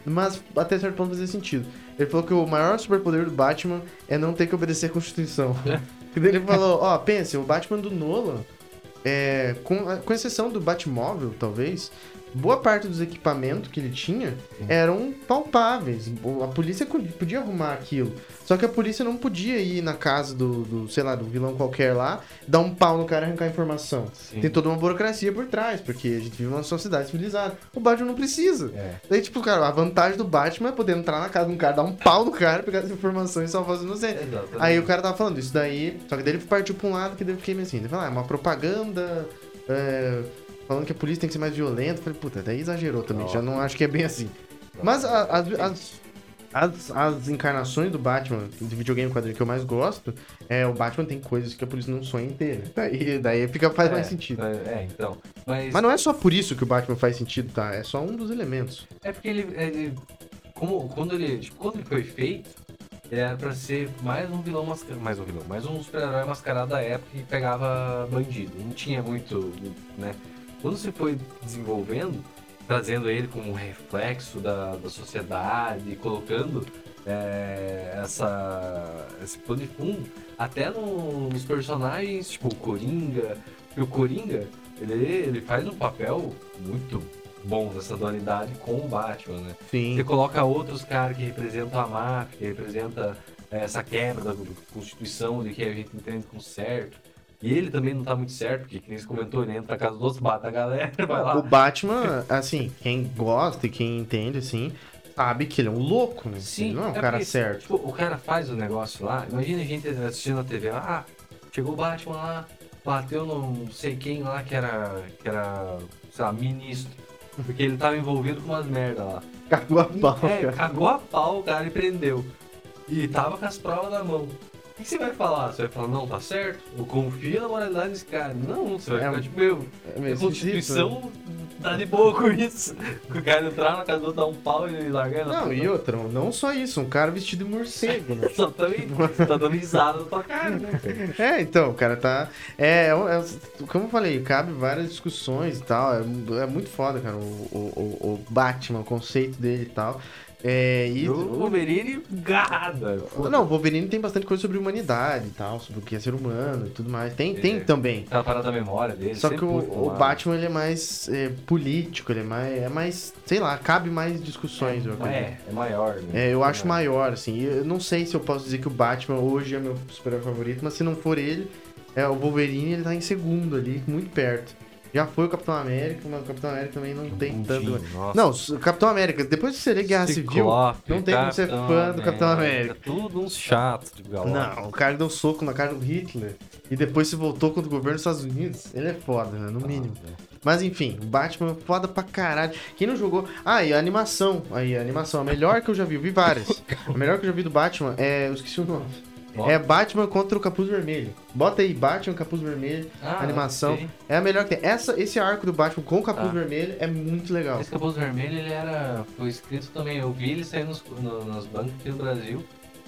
mas até certo ponto fazia sentido. Ele falou que o maior superpoder do Batman é não ter que obedecer à Constituição. E daí ele falou, ó, pense, o Batman do Nolan, é, com, a- com exceção do Batmóvel, talvez, boa parte dos equipamentos que ele tinha eram palpáveis. O- A polícia co- podia arrumar aquilo. Só que a polícia não podia ir na casa do, do, sei lá, do vilão qualquer lá, dar um pau no cara e arrancar informação.
Sim.
Tem toda uma burocracia por trás, porque a gente vive numa sociedade civilizada. O Batman não precisa.
É.
Daí, tipo, cara, a vantagem do Batman é poder entrar na casa de um cara, dar um pau no cara, pegar essa informação e salvar os inocentes.
Exatamente.
Aí o cara tava falando isso daí, só que daí ele partiu pra um lado que daí eu fiquei meio assim, ele falou, ah, é uma propaganda, é, falando que a polícia tem que ser mais violenta. Eu falei, puta, daí exagerou também, já não acho que é bem assim. Mas a- as, as, as, as encarnações do Batman, de videogame quadrinho que eu mais gosto, é o Batman tem coisas que a polícia não sonha em ter. né? Daí, daí fica, faz mais
É,
sentido.
É, é, então. Mas,
Mas não é só por isso que o Batman faz sentido, tá? É só um dos elementos.
É porque ele. ele- como, quando, ele tipo, quando ele foi feito, ele era pra ser mais um vilão mascarado. Mais um vilão, mais um super-herói mascarado da época que pegava bandido. Não tinha muito. né? Quando você foi desenvolvendo, trazendo ele como um reflexo da, da sociedade, colocando é, essa, esse pano de fundo, até no- nos personagens, tipo o Coringa. E o Coringa, ele, ele faz um papel muito bom nessa dualidade com o Batman, né?
Sim.
Você coloca outros caras que representam a máfia, que representam eh, essa quebra da Constituição, de que a gente entende como certo. E ele também não tá muito certo, porque, como você comentou, ele entra na casa dos outros, mata a galera, vai
O
lá.
Batman, assim, quem gosta e quem entende, assim, sabe que ele é um louco, né? ele não é um
é
cara
porque,
certo.
Tipo, o cara faz o negócio lá, imagina a gente assistindo a TV, ah, chegou o Batman lá, bateu no não sei quem lá que era, que era, sei lá, ministro. Porque ele tava envolvido com umas merda lá.
Cagou um a pau,
É,
cara.
cagou a pau, o cara, e prendeu. E tava com as provas na mão. O que você vai falar? Você vai falar, não, tá certo, eu confio na moralidade desse cara. Não, você vai
É,
ficar tipo, meu,
É
a
meio esquisito, né?
Constituição tá de boa com isso. O cara entrar na casa do outro, dar um pau e largar ele na
Não,
puta.
e outra, não só isso, um cara vestido de morcego, né?
Só tá, me- tá dando risada na tua cara, né? cara?
É, então, o cara tá. É, é, é- como eu falei, cabe várias discussões e tal. É, mu- é muito foda, cara, o, o, o- o Batman, o conceito dele e tal. É, e.
E o Wolverine garrada. foda-se.
Não, o Wolverine tem bastante coisa sobre humanidade e tal, sobre o que é ser humano e tudo mais. Tem, tem
É.
também.
Tá parada da memória dele.
Só que
sempre um
o,
puto com
o
uma-
Batman ele é mais é, político, ele é mais, é mais. Sei lá, cabe mais discussões, eu acredito.
É, é maior. né?
É, eu acho
É.
maior, assim. e Eu não sei se eu posso dizer que o Batman hoje é meu super favorito, mas se não for ele, é o Wolverine, ele tá em segundo ali, muito perto. Já foi o Capitão América, mas o Capitão América também não tem tanto.
Nossa.
Não, o Capitão América, depois que você lê Guerra Civil.
Ciclope, É
não tem como ser fã do Capitão
Tudo uns chatos de né? galope.
Não, o cara deu um soco na cara do Hitler e depois se voltou contra o governo dos Estados Unidos. Ele é foda, né? No
Ah.
mínimo. Mas enfim, o Batman é foda pra caralho. Quem não jogou. Ah, e a animação. Aí, a animação. é A melhor que eu já vi, eu vi várias. A melhor que eu já vi do Batman é. Eu esqueci o nome.
Ó.
É Batman contra o Capuz Vermelho. Bota aí, Batman, Capuz Vermelho,
Ah,
animação.
ok.
É a melhor que tem. Essa, esse arco do Batman com o Capuz
Tá.
Vermelho é muito legal.
Esse Capuz Vermelho, ele era... Foi escrito também. Eu vi ele sair nos, no- nos bancos aqui no Brasil.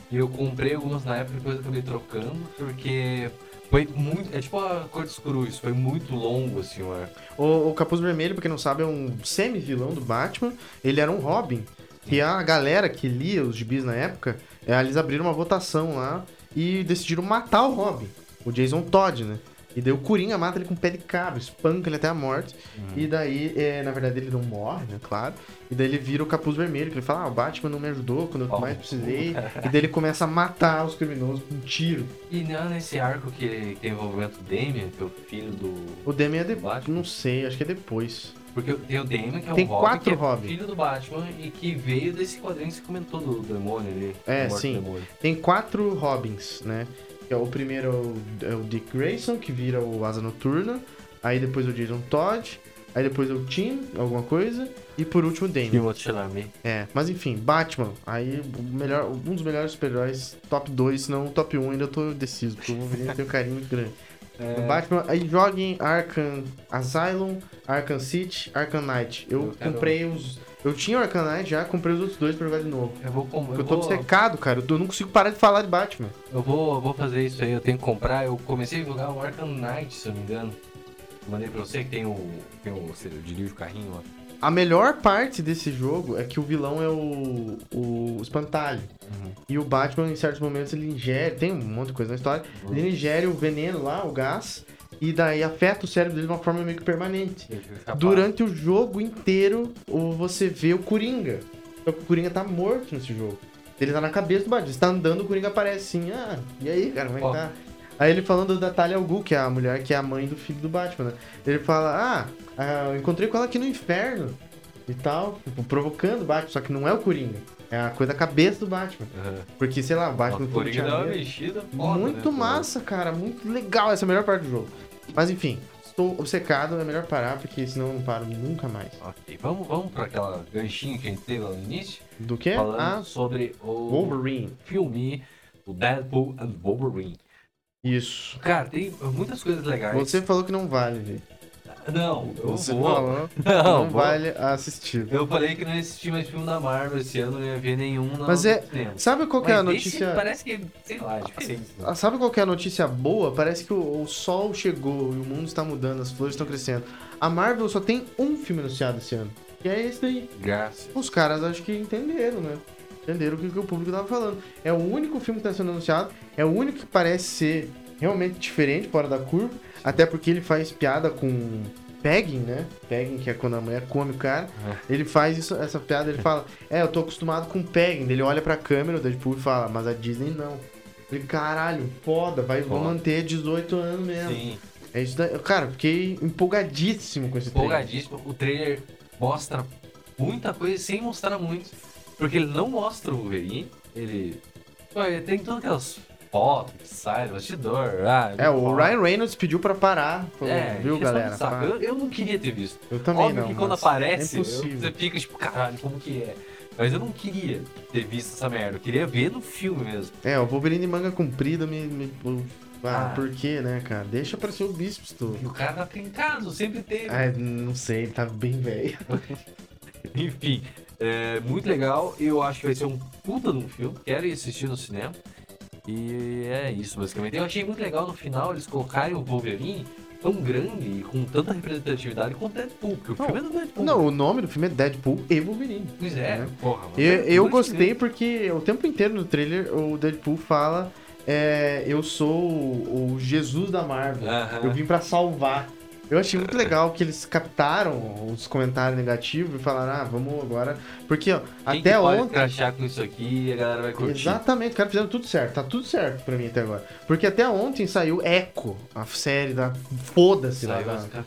E eu comprei algumas na época, depois eu acabei trocando. Porque... Foi muito... É tipo a Cor dos Cruz. Foi muito longo, assim, o arco.
O, o Capuz Vermelho, pra quem não sabe, é um semi-vilão do Batman. Ele era um Robin. E a galera que lia os gibis na época, eh, eles abriram uma votação lá e decidiram matar o Robin, o Jason Todd, né? E daí o Coringa mata ele com um pé de cabra, espanca ele até a morte. E daí, eh, na verdade, ele não morre, né? Claro. E daí ele vira o capuz vermelho, que ele fala, ah, o Batman não me ajudou quando eu
Pau
mais
no cu."
precisei. e daí ele começa a matar os criminosos com um tiro.
E não nesse arco que tem envolvimento do Damien, que é o filho do...
O Demi é depois.
Batman?
Não sei, acho que é depois.
Porque tem o Damon, que é
Tem
um Robin,
quatro
que é
Robin.
filho do Batman e que veio desse quadrinho que você comentou do demônio ali.
É,
da morte
sim.
do demônio.
Tem quatro Robins, né? Que é o primeiro é o- é o Dick Grayson, que vira o Asa Noturna. Aí depois o Jason Todd. Aí depois é o Tim, alguma coisa. E por último o
E
Damien.
o outro Chalamet.
É, mas enfim, Batman. Aí o melhor, um dos melhores super-heróis, top 2, se não top 1, ainda eu tô deciso, porque o Wolverine tem um carinho muito grande.
É.
O Batman, aí joguem Arkham Asylum, Arkham City, Arkham Knight. Eu,
Eu quero- um.
comprei os. Eu tinha o Arkham Knight já, comprei os outros dois pra jogar de novo.
Eu vou, com-
Porque
eu,
eu tô
vou,
obcecado, cara. Eu não consigo parar de falar de Batman.
eu, vou, eu vou fazer isso aí, eu tenho que comprar. Eu comecei a jogar o Arkham Knight, se eu não me engano. Mandei pra você que tem o. Tem o. Você dirige o carrinho lá.
A melhor parte desse jogo é que o vilão é o, o espantalho. E o Batman, em certos momentos, ele ingere. Tem um monte de coisa na história. Ele ingere o veneno lá, o gás. E daí afeta o cérebro dele de uma forma meio que permanente.
Ele fica
Durante o jogo inteiro, o- você vê o Coringa. Só que o Coringa tá morto nesse jogo. Ele tá na cabeça do Batman. Você tá andando, o Coringa aparece assim. Ah, e aí, cara, como é
Ó.
que tá? Aí ele falando da Talia al Ghul, que é a mulher que é a mãe do filho do Batman, né? Ele fala, ah, ah, eu encontrei com ela aqui no inferno e tal, tipo, provocando o Batman, só que não é o Coringa. É a coisa da cabeça do Batman.
Aham.
Porque, sei lá, o Batman...
Nossa,
foi um no Rio
Coringa
de
dá uma
Janeiro.
mexida foda,
Muito
né,
massa, cara. Muito legal. Essa é a melhor parte do jogo. Mas enfim, estou obcecado. É melhor parar, porque senão eu não paro nunca mais.
pô? Ok, vamos, vamos pra aquela ganchinha que a gente teve lá no início.
Do que?
Falando
Ah,
sobre o
Wolverine.
filme do Deadpool and Wolverine.
Isso.
Cara, tem muitas coisas legais.
Você falou que não vale, Vi.
Não, eu
Você
vou.
falou que
Não,
não
vou.
vale assistir.
Eu falei que não ia assistir mais filme da Marvel esse ano, não ia ver nenhum. Não,
Mas é-
Cinema.
Sabe qual que é a
Mas esse
notícia...
Parece que, sei lá, é diferente.
Ah, Sabe qual que é a notícia boa? Parece que o, o sol chegou e o mundo está mudando, as flores estão crescendo. A Marvel só tem um filme anunciado esse ano, que é esse daí.
Graças.
Os caras acho que entenderam, né? Entenderam o que, que o público tava falando. É o único filme que está sendo anunciado, é o único que parece ser realmente diferente, fora da curva, até porque ele faz piada com pegging, né? Pegging, que é quando a mulher come o cara.
É.
Ele faz isso, essa piada, ele fala, é, eu tô acostumado com pegging. Ele olha pra câmera, o Deadpool e fala, mas a Disney não. Eu Falei, caralho, foda, vai, vou
Foda.
manter 18 anos mesmo.
Sim,
É isso daí. Cara, eu fiquei empolgadíssimo com esse trailer.
empolgadíssimo. O trailer mostra muita coisa sem mostrar muito. Porque ele não mostra o Wolverine, ele. Ué, tem todas aquelas fotos que saem, bastidor. Ah,
É, o
foto.
Ryan Reynolds pediu pra parar. Falou,
É,
viu,
encheção de
galera?
saco.
Pá.
Eu, eu não queria ter visto.
Eu também
Óbvio
não,
que quando
mas
aparece,
é
eu-
impossível.
você fica tipo, caralho, como que é? Mas eu não queria ter visto essa merda. Eu queria ver no filme mesmo.
É, o Wolverine de manga comprida me. me- eu- ah,
Ah.
por quê, né, cara? Deixa aparecer o Bispo, tu.
E o cara tá trincado, sempre teve.
Ah, não sei, ele tá bem velho.
Enfim, é muito legal. Eu acho que vai ser um puta de um filme. Quero ir assistir no cinema. E é isso, basicamente. Eu achei muito legal no final eles colocarem o Wolverine tão grande e com tanta representatividade quanto o Deadpool. Porque o
Não,
filme é do Deadpool.
Não, o nome do filme é Deadpool e Wolverine.
Pois é,
né?
porra. mas
Eu,
Deadpool
eu
é
gostei porque o tempo inteiro no trailer o Deadpool fala é, eu sou o, o Jesus da Marvel,
Aham.
eu vim pra salvar. Eu achei muito legal que eles captaram os comentários negativos e falaram, ah, vamos agora... Porque, ó,
Quem
até
que pode
ontem...
crachar com isso aqui e a galera vai curtir.
Exatamente, cara, fizeram tudo certo, tá tudo certo pra mim até agora. Porque até ontem saiu Echo, a série da... Foda-se lá
Saiu
da,
as cap-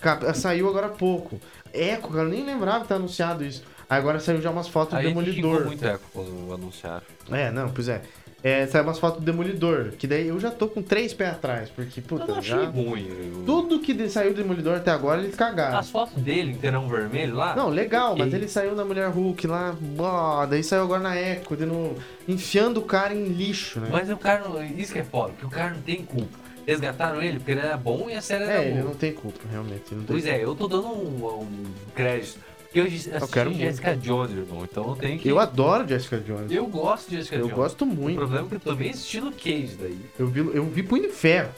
Cap- eh, Saiu agora há pouco. Eco, cara, eu nem lembrava que tá anunciado isso. Agora saiu já umas fotos
Aí
do
a gente xingou
Demolidor.
muito eco quando anunciaram.
É, não, pois é. é. Saiu umas fotos do Demolidor, que daí eu já tô com três pés atrás, porque,
Eu não
puta,
achei
já...
ruim. eu-
Tudo que de- saiu do Demolidor até agora, eles cagaram.
As fotos dele, inteirão vermelho lá.
Não, legal, mas
E-
ele saiu na Mulher Hulk lá, bó, daí saiu agora na Echo, de novo, enfiando o cara em lixo, né?
Mas o cara, não- isso que é foda, porque o cara não tem culpa. Resgataram ele porque ele era bom e a série era
É, ele
boa.
não tem culpa, realmente. ele não tem
Pois é, eu tô dando um, um crédito. Porque eu assisti
quero muito.
Jessica Jones, irmão, então eu tenho que...
Eu adoro Jessica Jones.
Eu gosto de Jessica
Eu
Jones.
gosto
O
muito.
problema é que eu também assisti no Cage daí.
Eu vi, eu vi Punho de Ferro.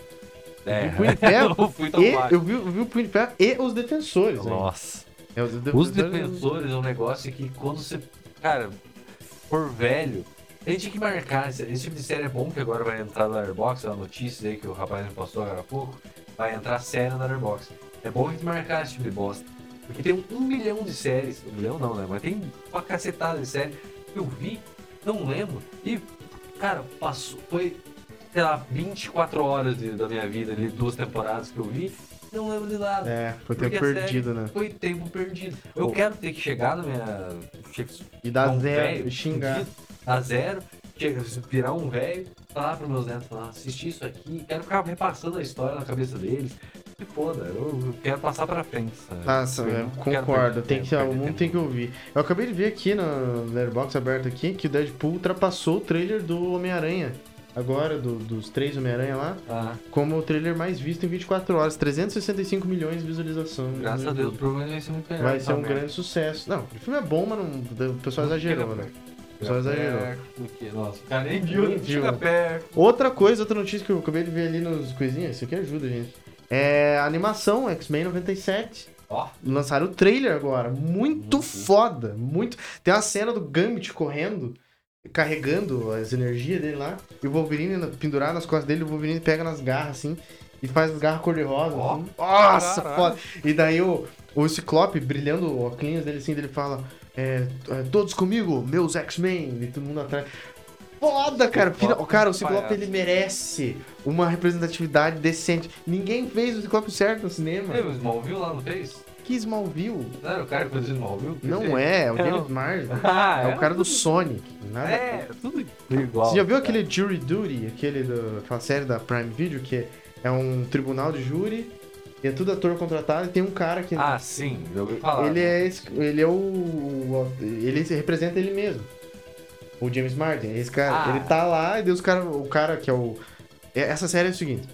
É,
Punho de Ferro
eu fui tão
E
baixo.
eu vi, eu vi o Punho de Ferro e os defensores. ainda.
Nossa.
É, os
Os
defensores.
defensores é um negócio que quando você, cara, for velho, a gente tem que marcar. Esse esse tipo de série é bom que agora vai entrar na Airbox, a notícia aí que o rapaz me postou agora há pouco, vai entrar série na Airbox. É bom a gente marcar esse tipo de bosta. Porque tem um, um milhão de séries, um milhão não, né? Mas tem uma cacetada de série que eu vi, não lembro, e, cara, passou, foi, sei lá, 24 horas de- da minha vida ali, duas temporadas que eu vi, não lembro de nada.
É, foi
Porque
tempo
a
perdido,
série
né?
Foi tempo perdido. Eu
Oh.
quero ter que chegar na minha. che-
E dar
um
zero,
velho,
e xingar.
A zero, che- virar um velho, falar pros meus netos, falar, assistir isso aqui, quero ficar repassando a história na cabeça deles. Se foda, eu eu quero passar pra frente. Sabe?
Nossa,
Eu
eu
não quero
concordo.
perder
Tem
tempo,
que, o
perder
mundo
tempo.
tem que um ouvir. Eu acabei de ver aqui na Letterboxd aberto aqui que o Deadpool ultrapassou o trailer do Homem-Aranha. Agora, do- dos três Homem-Aranha lá,
Ah,
como o trailer mais visto em 24 horas. 365 milhões de visualizações.
graças
no
a Deus,
YouTube.
provavelmente vai ser muito melhor.
Vai
essa
ser um
merda.
grande sucesso. Não, o filme é bom, mas não, o pessoal
Não chega
exagerou, né?
perto.
O pessoal
Chega
exagerou.
perto do que- Nossa, o cara nem viu,
Nem
nem chega
viu.
perto.
Outra coisa, outra notícia que eu acabei de ver ali nos coisinhas, isso aqui ajuda, gente. É a animação X-Men 97.
Ó,
Lançaram o trailer agora. Muito
Uhum.
foda. Muito. Tem uma cena do Gambit correndo, carregando as energias dele lá. E o Wolverine na- pendurado nas costas dele, o Wolverine pega nas garras, assim, e faz as garras cor-de-rosa.
Ó.
assim. Nossa,
Caralho.
foda. E daí o, o Ciclope, brilhando o óculos dele assim, dele fala. é, é, todos comigo, meus X-Men, e todo mundo atrás. Foda, cara. Final-
Ciclope
cara, o
é um
Ciclope ele
palhaço.
merece uma representatividade decente. Ninguém fez o Ciclope certo no cinema.
teve o Smallville lá no Face?
Que Smallville.
Não era o cara que fez o Smallville?
Não é, é o
É,
James Marsden.
Ah,
É o cara do
tudo-
Sonic. Nada.
É, tudo igual.
Você já viu
cara.
aquele Jury Duty, aquele da aquela série da Prime Video, que é um tribunal de júri, e é tudo ator contratado, e tem um cara que.
Ah, né? sim, eu ouvi falar.
ele é. esse- Ele é o. o- Ele se representa ele mesmo. O James Martin. Esse cara.
Ah.
Ele tá lá e Deus, o cara. O cara que é o. é- Essa série é o seguinte: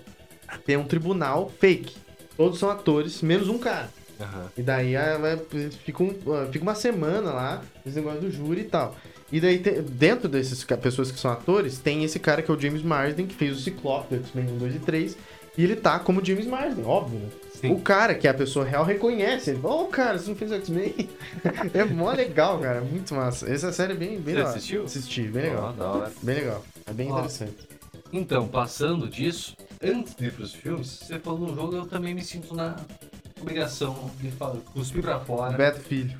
tem um tribunal fake. Todos são atores, menos um cara.
Aham.
E daí ah, vai- fica, um- ah, fica uma semana lá, esse negócio do júri e tal. E daí, te- dentro dessas ca- pessoas que são atores, tem esse cara que é o James Marsden, que fez o Ciclope, do X-Men 1, 2 e 3. E ele tá como James Marsden, óbvio, né?
Sim.
O cara, que é a pessoa real, reconhece. Ele fala, ô, cara, você não fez o X-Men? é mó legal, cara. Muito massa. Essa série é bem, bem
Você
da hora.
assistiu?
Assisti, bem
Ó,
legal.
da hora.
Bem legal. É bem
Ó.
interessante.
Então, passando disso, antes de ir pros filmes, você falou no jogo, eu também me sinto na obrigação de falar, cuspir pra fora
Beto Filho.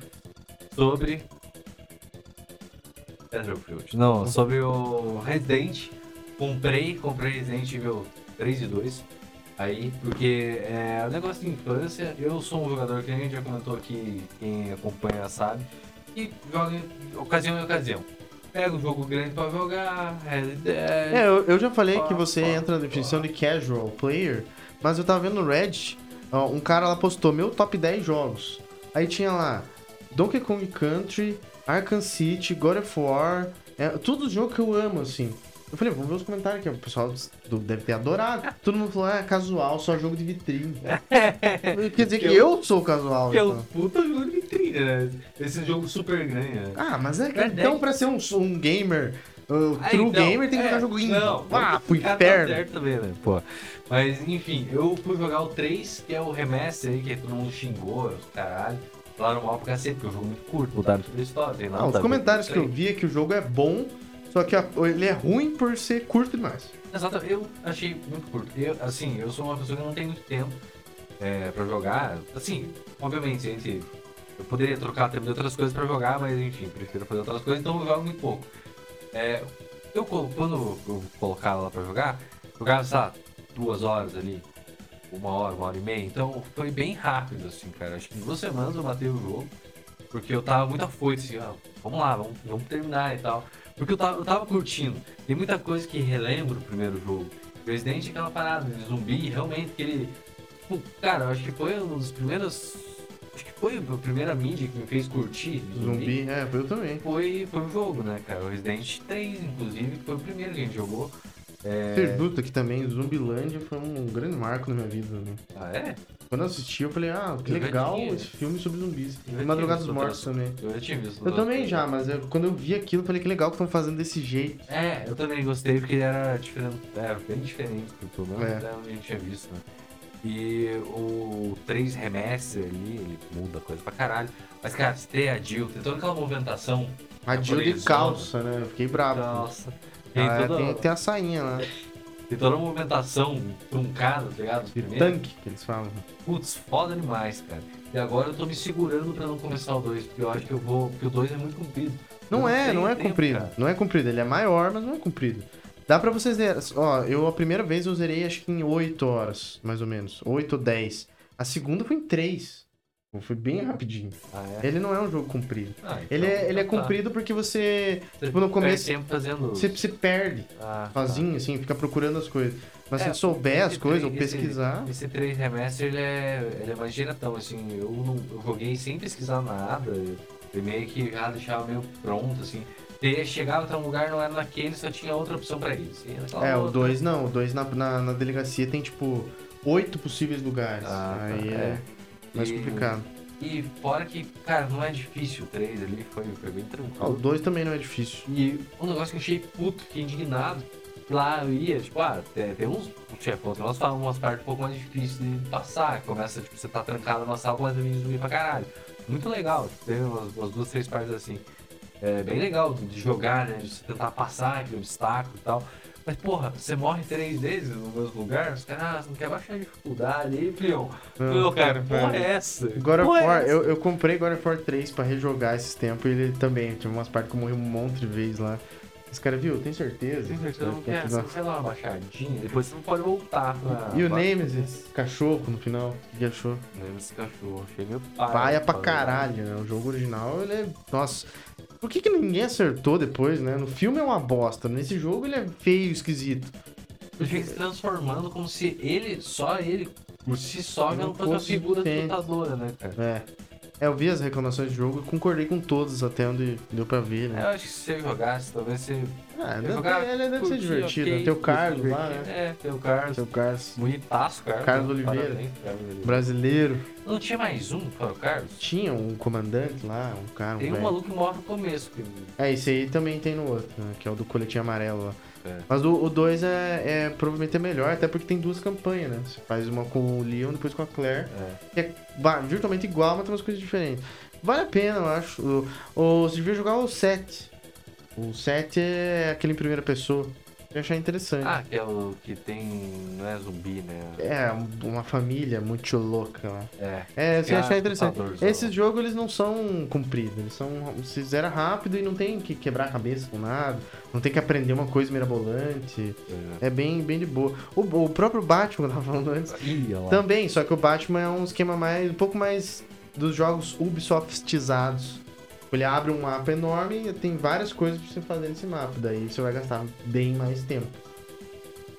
sobre. Battlefield. Não, sobre o Resident. Comprei, comprei Resident Evil 3 e 2. Aí, porque é um negócio de infância. Eu sou um jogador que a gente já comentou aqui, quem acompanha sabe, que joga em ocasião em ocasião. Pega um jogo grande pra jogar, Red Dead.
É, eu, eu já falei que
Pá,
você
pá,
entra na definição de casual player, mas eu tava vendo no Reddit, ó, um cara lá postou meu top 10 jogos. Aí tinha lá Donkey Kong Country, Arkham City, God of War, é, tudo jogo que eu amo, assim. Eu falei, vamos ver os comentários que o pessoal do- deve ter adorado. Todo mundo falou, ah, casual, só jogo de vitrine. Quer dizer que eu sou casual,
Que é um
então.
puta jogo de vitrine, né? Esse jogo super né? ganha.
Ah, mas é que
Verdade.
então pra ser um, um gamer, uh,
Ah,
true
então,
gamer, tem que
é,
jogar jogo indie.
Não,
ah, pro
cara, tá
inferno.
certo também, né, pô. Mas enfim, eu fui jogar o 3, que é o remaster aí, que todo mundo xingou, os caralho. Falaram mal pro cacete, porque é um jogo muito curto, mudaram toda a história. tem lá,
Não, os
tá,
Ah, comentários que eu
três.
vi é que o jogo é bom, só que a- ele é ruim por ser curto demais.
Exato, eu achei muito curto. Eu, assim, eu sou uma pessoa que não tem muito tempo é, pra jogar. Assim, obviamente, gente, eu poderia trocar tempo de outras coisas pra jogar, mas enfim, prefiro fazer outras coisas, então eu jogo muito pouco. É, eu, colo- quando eu colocava lá pra jogar, jogava, sei lá, duas horas ali, uma hora, uma hora e meia, então foi bem rápido, assim, cara. Acho que em duas semanas eu matei o jogo, porque eu tava muito afoito, assim, ó, vamos lá, vamos, vamos terminar e tal. Porque eu tava, eu tava curtindo. Tem muita coisa que relembra o primeiro jogo. Resident é aquela parada de zumbi, realmente, que ele. Pô, Cara, eu acho que foi um dos primeiros. Acho que foi a primeira mídia que me fez curtir
Zumbi, é, eu também.
foi, foi um jogo, né, cara? O Resident 3, inclusive, que foi o primeiro que a gente jogou. É...
Perduta que também, Zumbilândia foi um grande marco na minha vida. Né?
Ah, é?
Quando eu assisti, eu falei, ah, que
Eu já
legal
tinha.
esse filme sobre zumbis.
Eu já
Madrugada
tinha
dos
visto
Mortos também.
Eu já tinha visto.
Eu também já, mas eu- quando eu vi aquilo, eu falei que legal que estão fazendo desse jeito.
É, eu também gostei porque ele era diferente. Era bem diferente do problema
É.
é. da onde a gente tinha visto, né? E o 3 Remaster ali, ele muda coisa pra caralho. Mas, cara, se tem a Jill, tem toda aquela movimentação.
A Jill de
Japonês,
calça, né? Eu fiquei bravo.
Nossa. Tem,
Ah,
toda,
tem, tem a sainha lá.
tem toda a movimentação truncada, tá ligado? Os primeiros.
Tanque, que eles falam.
Putz, foda demais, cara. E agora eu tô me segurando pra não começar o 2, porque eu acho que eu vou. Porque o 2 é muito comprido. Eu
Não é,
tenho
não é
tempo,
comprido.
cara.
Não é comprido. Ele é maior, mas não é comprido. Dá pra vocês zerarem. Ó, eu a primeira vez eu zerei acho que em 8 horas, mais ou menos. 8 ou 10. A segunda foi em 3. Foi bem rapidinho.
Ah, é?
Ele não é um jogo comprido.
Ah, então,
Ele é, ele é
tá.
comprido porque você,
Você
tipo, no
perde
começo-
tempo fazendo.
você, você perde
Ah, tá.
sozinho, assim, fica procurando as coisas. Mas
É,
se souber as
esse
coisas ou
trem- esse-
pesquisar.
Esse 3 Remaster ele é, ele é mais diretão, assim. Eu, não, eu joguei sem pesquisar nada. Eu meio que já deixava meio pronto, assim. E chegava até um lugar, não era naquele, só tinha outra opção pra eles.
É, o 2
né?
não. O 2 na, na, na delegacia tem, tipo, 8 possíveis lugares.
Ah, tá,
Aí
é.
é mais
E-
complicado.
E fora que, cara, não é difícil o 3 ali, foi, foi bem
Ah, o
tranquilo.
2 também não é difícil.
E um negócio que eu achei puto, fiquei indignado. Lá eu ia, tipo, ah, tem, tem uns chefão, tem umas, fa- umas partes um pouco mais difíceis de passar. Começa, tipo, você tá trancado numa sala, começa a vir zumbi pra caralho. Muito legal, tipo, tem umas, umas duas, três partes assim. É bem legal de, de jogar, né? De você tentar passar aquele obstáculo e tal. Mas, porra, você morre três vezes no mesmo lugar, os caras, ah, você não quer baixar a dificuldade aí, filhão.
Não,
Meu, cara,
cara,
porra
velho.
é essa?
God of
Porra é
War,
essa?
eu, eu comprei God of War 3 pra rejogar esses tempos e ele também. Tinha umas partes que eu morri um monte de vezes lá. Esse cara, viu? Tem certeza?
Tem certeza
Vai
que é, Ah,
continuar.
você vai dar uma baixadinha, depois você não pode voltar pra.
E o
pra-
Nemesis, cachorro no final, o que que achou?
Nemesis cachorro, achei meio
Paia pra
falando.
caralho, né? O jogo original, ele é. Nossa. Por que, que ninguém acertou depois, né? No filme é uma bosta, nesse jogo ele é feio, esquisito.
Ele fica se transformando como se ele, só ele, por si só,
Não
não fosse uma
fosse
figura
ter.
lutadora, né, cara?
É. É, eu vi as reclamações do jogo e concordei com todas até onde deu pra ver,
É,
né?
Eu acho que se você jogasse, talvez você.
Ah,
Eu
deve,
jogava,
ele deve ser
curtia,
divertido. né?
ok,
Tem o
curtia,
Carlos lá,
divertido.
né?
É, tem o Carlos. um
Tem o Carlos.
Bonitaço, Carlos.
Carlos
né?
Oliveira.
Parabéns, Carlos Oliveira.
Brasileiro.
Não tinha mais um, foi o Carlos?
Tinha um comandante lá, um cara, um
Tem um
velho.
maluco que morre no começo. Que...
É, esse aí também tem no outro, né? Que é o do coletinho amarelo lá.
É.
Mas o 2 é, é- provavelmente é melhor, até porque tem duas campanhas, né? Você faz uma com o Leon, depois com a Claire.
É.
Que é ba- virtualmente igual, mas tem umas coisas diferentes. Vale a pena, eu acho. O, o, você devia jogar o 7. O 7 é aquele em primeira pessoa. Eu ia achar interessante.
Ah, que é o que tem. Não é zumbi, né?
É, uma família muito louca lá.
É.
É, você ia
Cara,
achar interessante.
computadores,
Esses
ó.
jogos, eles não são compridos, eles são... Você zera rápido e não tem que quebrar a cabeça com nada, não tem que aprender uma coisa mirabolante,
é.
é bem, bem de boa. O, o próprio Batman, que eu tava falando antes,
Ih, olha lá.
também, só que o Batman é um esquema mais, um pouco mais dos jogos Ubisoftizados. Ele abre um mapa enorme e tem várias coisas pra você fazer nesse mapa, daí você vai gastar bem mais tempo.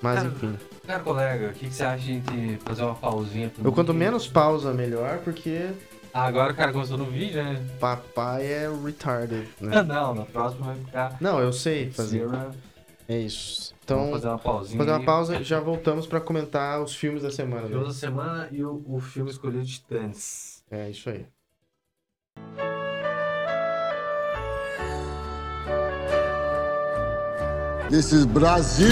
Mas
Cara,
enfim,
Cara, colega, o que, que você acha de fazer uma pausinha? pro
eu quanto
meio?
menos pausa, melhor, porque
Agora o cara começou no vídeo, né?
Papai é retarded, né?
Não, na próxima vai ficar.
Não, eu sei fazer.
Zero.
É isso.
Vamos
Então,
fazer uma pausinha.
fazer uma
aí.
pausa e já voltamos pra comentar os filmes da semana.
Filme
Né?
da semana e o, o filme escolhido Titãs.
É isso aí.
This is Brazil.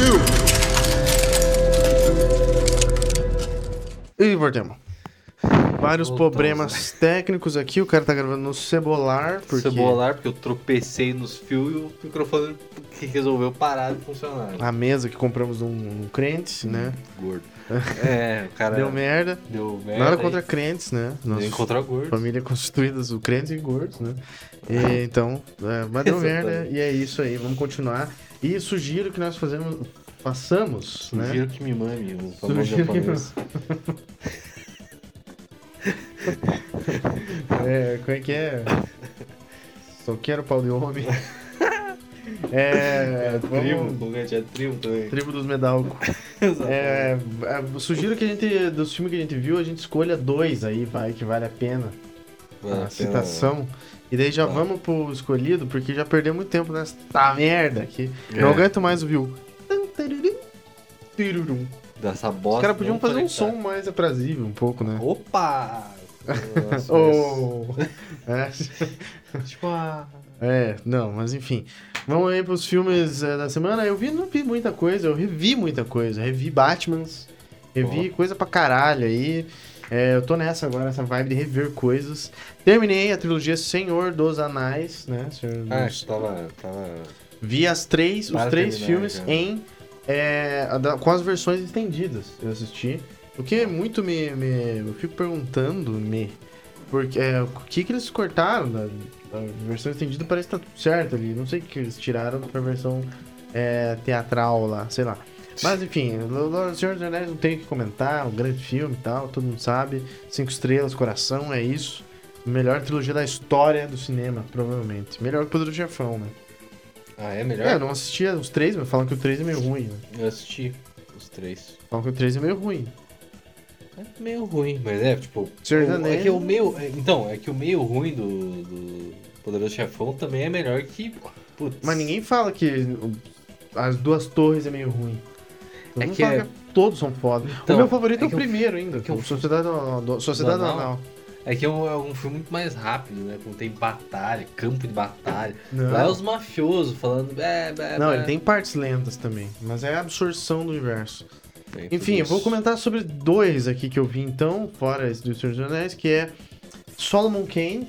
E voltamos. Vários
Voltamos,
problemas técnicos aqui. O cara tá gravando no cebolar, porque
Cebolar, é porque eu tropecei nos fios e o microfone que resolveu parar de funcionar.
a mesa que compramos num, num crentes, né?
Gordo. É, o cara
Deu merda.
deu merda.
Nada
e
contra crentes, né?
Deu
Nossa
encontrar o gordo.
família é constituída do crentes e gordos, né? E, então, é, mas deu merda.
Exatamente.
E é isso aí. Vamos continuar. E sugiro que nós fazemos, façamos, né?
Sugiro que me mame, o famoso
Sugiro que me
japonês.
É, como é que é? Só quero pau de homem. É,
É tribo,
vamos...
o Gandhi é tribo também.
Tribo dos Medalco.
Exatamente.
É, é, sugiro que a gente, dos filmes que a gente viu, a gente escolha dois aí, vai, que vale a pena.
Vale a
a
pena-
citação. E daí já
Tá.
vamos pro escolhido, porque já perdeu muito tempo nessa merda aqui.
É.
Não aguento mais ouvir o. tan, tararum, tirurum.
Dessa bosta.
Os caras podiam
não tá
fazer um
conectar.
som mais aprazível, um pouco, né?
Opa! Nossa,
Oh. É.
mas- Tipo, ah,
É, não, mas enfim. Vamos aí pros filmes eh, da semana. Eu vi, não vi muita coisa, eu revi muita coisa. Revi Batmans, revi coisa pra caralho aí. É, eu tô nessa agora, nessa vibe de rever coisas. Terminei a trilogia Senhor dos Anais, né? Senhor
ah,
dos...
tava, tava
Vi as três, os
Para
três
terminar,
filmes
cara.
em é, a da- com as versões estendidas. Eu assisti. O que muito me, me- eu fico perguntando me porque é, o que que eles cortaram da, da versão estendida parece que tá tudo certo ali. Não sei o que eles tiraram pra versão é, teatral lá, sei lá. Mas enfim, o Senhor dos Anéis não tem o que comentar, um grande filme e tal, todo mundo sabe. Cinco estrelas, coração, é isso. Melhor trilogia da história do cinema, provavelmente. Melhor que o Poder do Chefão, né?
Ah, é melhor?
É, eu não assistia os três, mas falam que o três é meio ruim. né?
Eu assisti os três.
Falam que o três é meio ruim.
É meio ruim, mas é, tipo.
Senhor dos
o- é
Anéis.
que o meio. é, Então, é que o meio ruim do, do Poderoso Chefão também é melhor que. Putz.
Mas ninguém fala que o- as duas torres é meio ruim. Todo
É
mundo
que
fala
é-
todos são foda.
Então,
o meu favorito é,
é
o
que eu-
primeiro ainda,
é
que
que
é
eu-
o Sociedade, do, do- Sociedade
Anal?
Anal.
É que é um, é um filme muito mais rápido, né? Como tem batalha, campo de batalha.
Não.
Lá é os mafiosos falando. É, é,
Não,
é.
ele tem partes lentas também, mas é a absorção do universo.
Tem É tudo
Enfim, eu vou
isso.
comentar sobre dois aqui que eu vi então, fora esse do Senhor dos Anéis, que é Solomon Kane.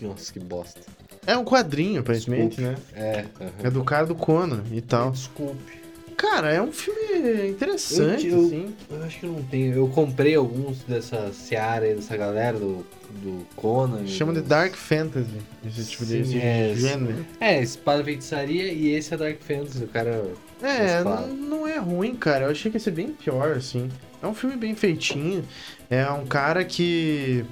Nossa, que bosta.
É um quadrinho, aparentemente, né?
É, aham.
É do cara do Conan e tal.
Desculpe.
Cara, é um filme interessante,
Eu- eu-
assim.
Eu acho que eu não tenho. Eu comprei alguns dessa seara aí, dessa galera do, do Conan.
Chama de
dos-
Dark Fantasy, esse tipo de esse
Sim, é,
gênero.
É, Espada e Feitiçaria e esse é Dark Fantasy. O cara.
É,
Espada.
não, não é ruim, cara. Eu achei que ia ser bem pior, assim. É um filme bem feitinho. É um cara que.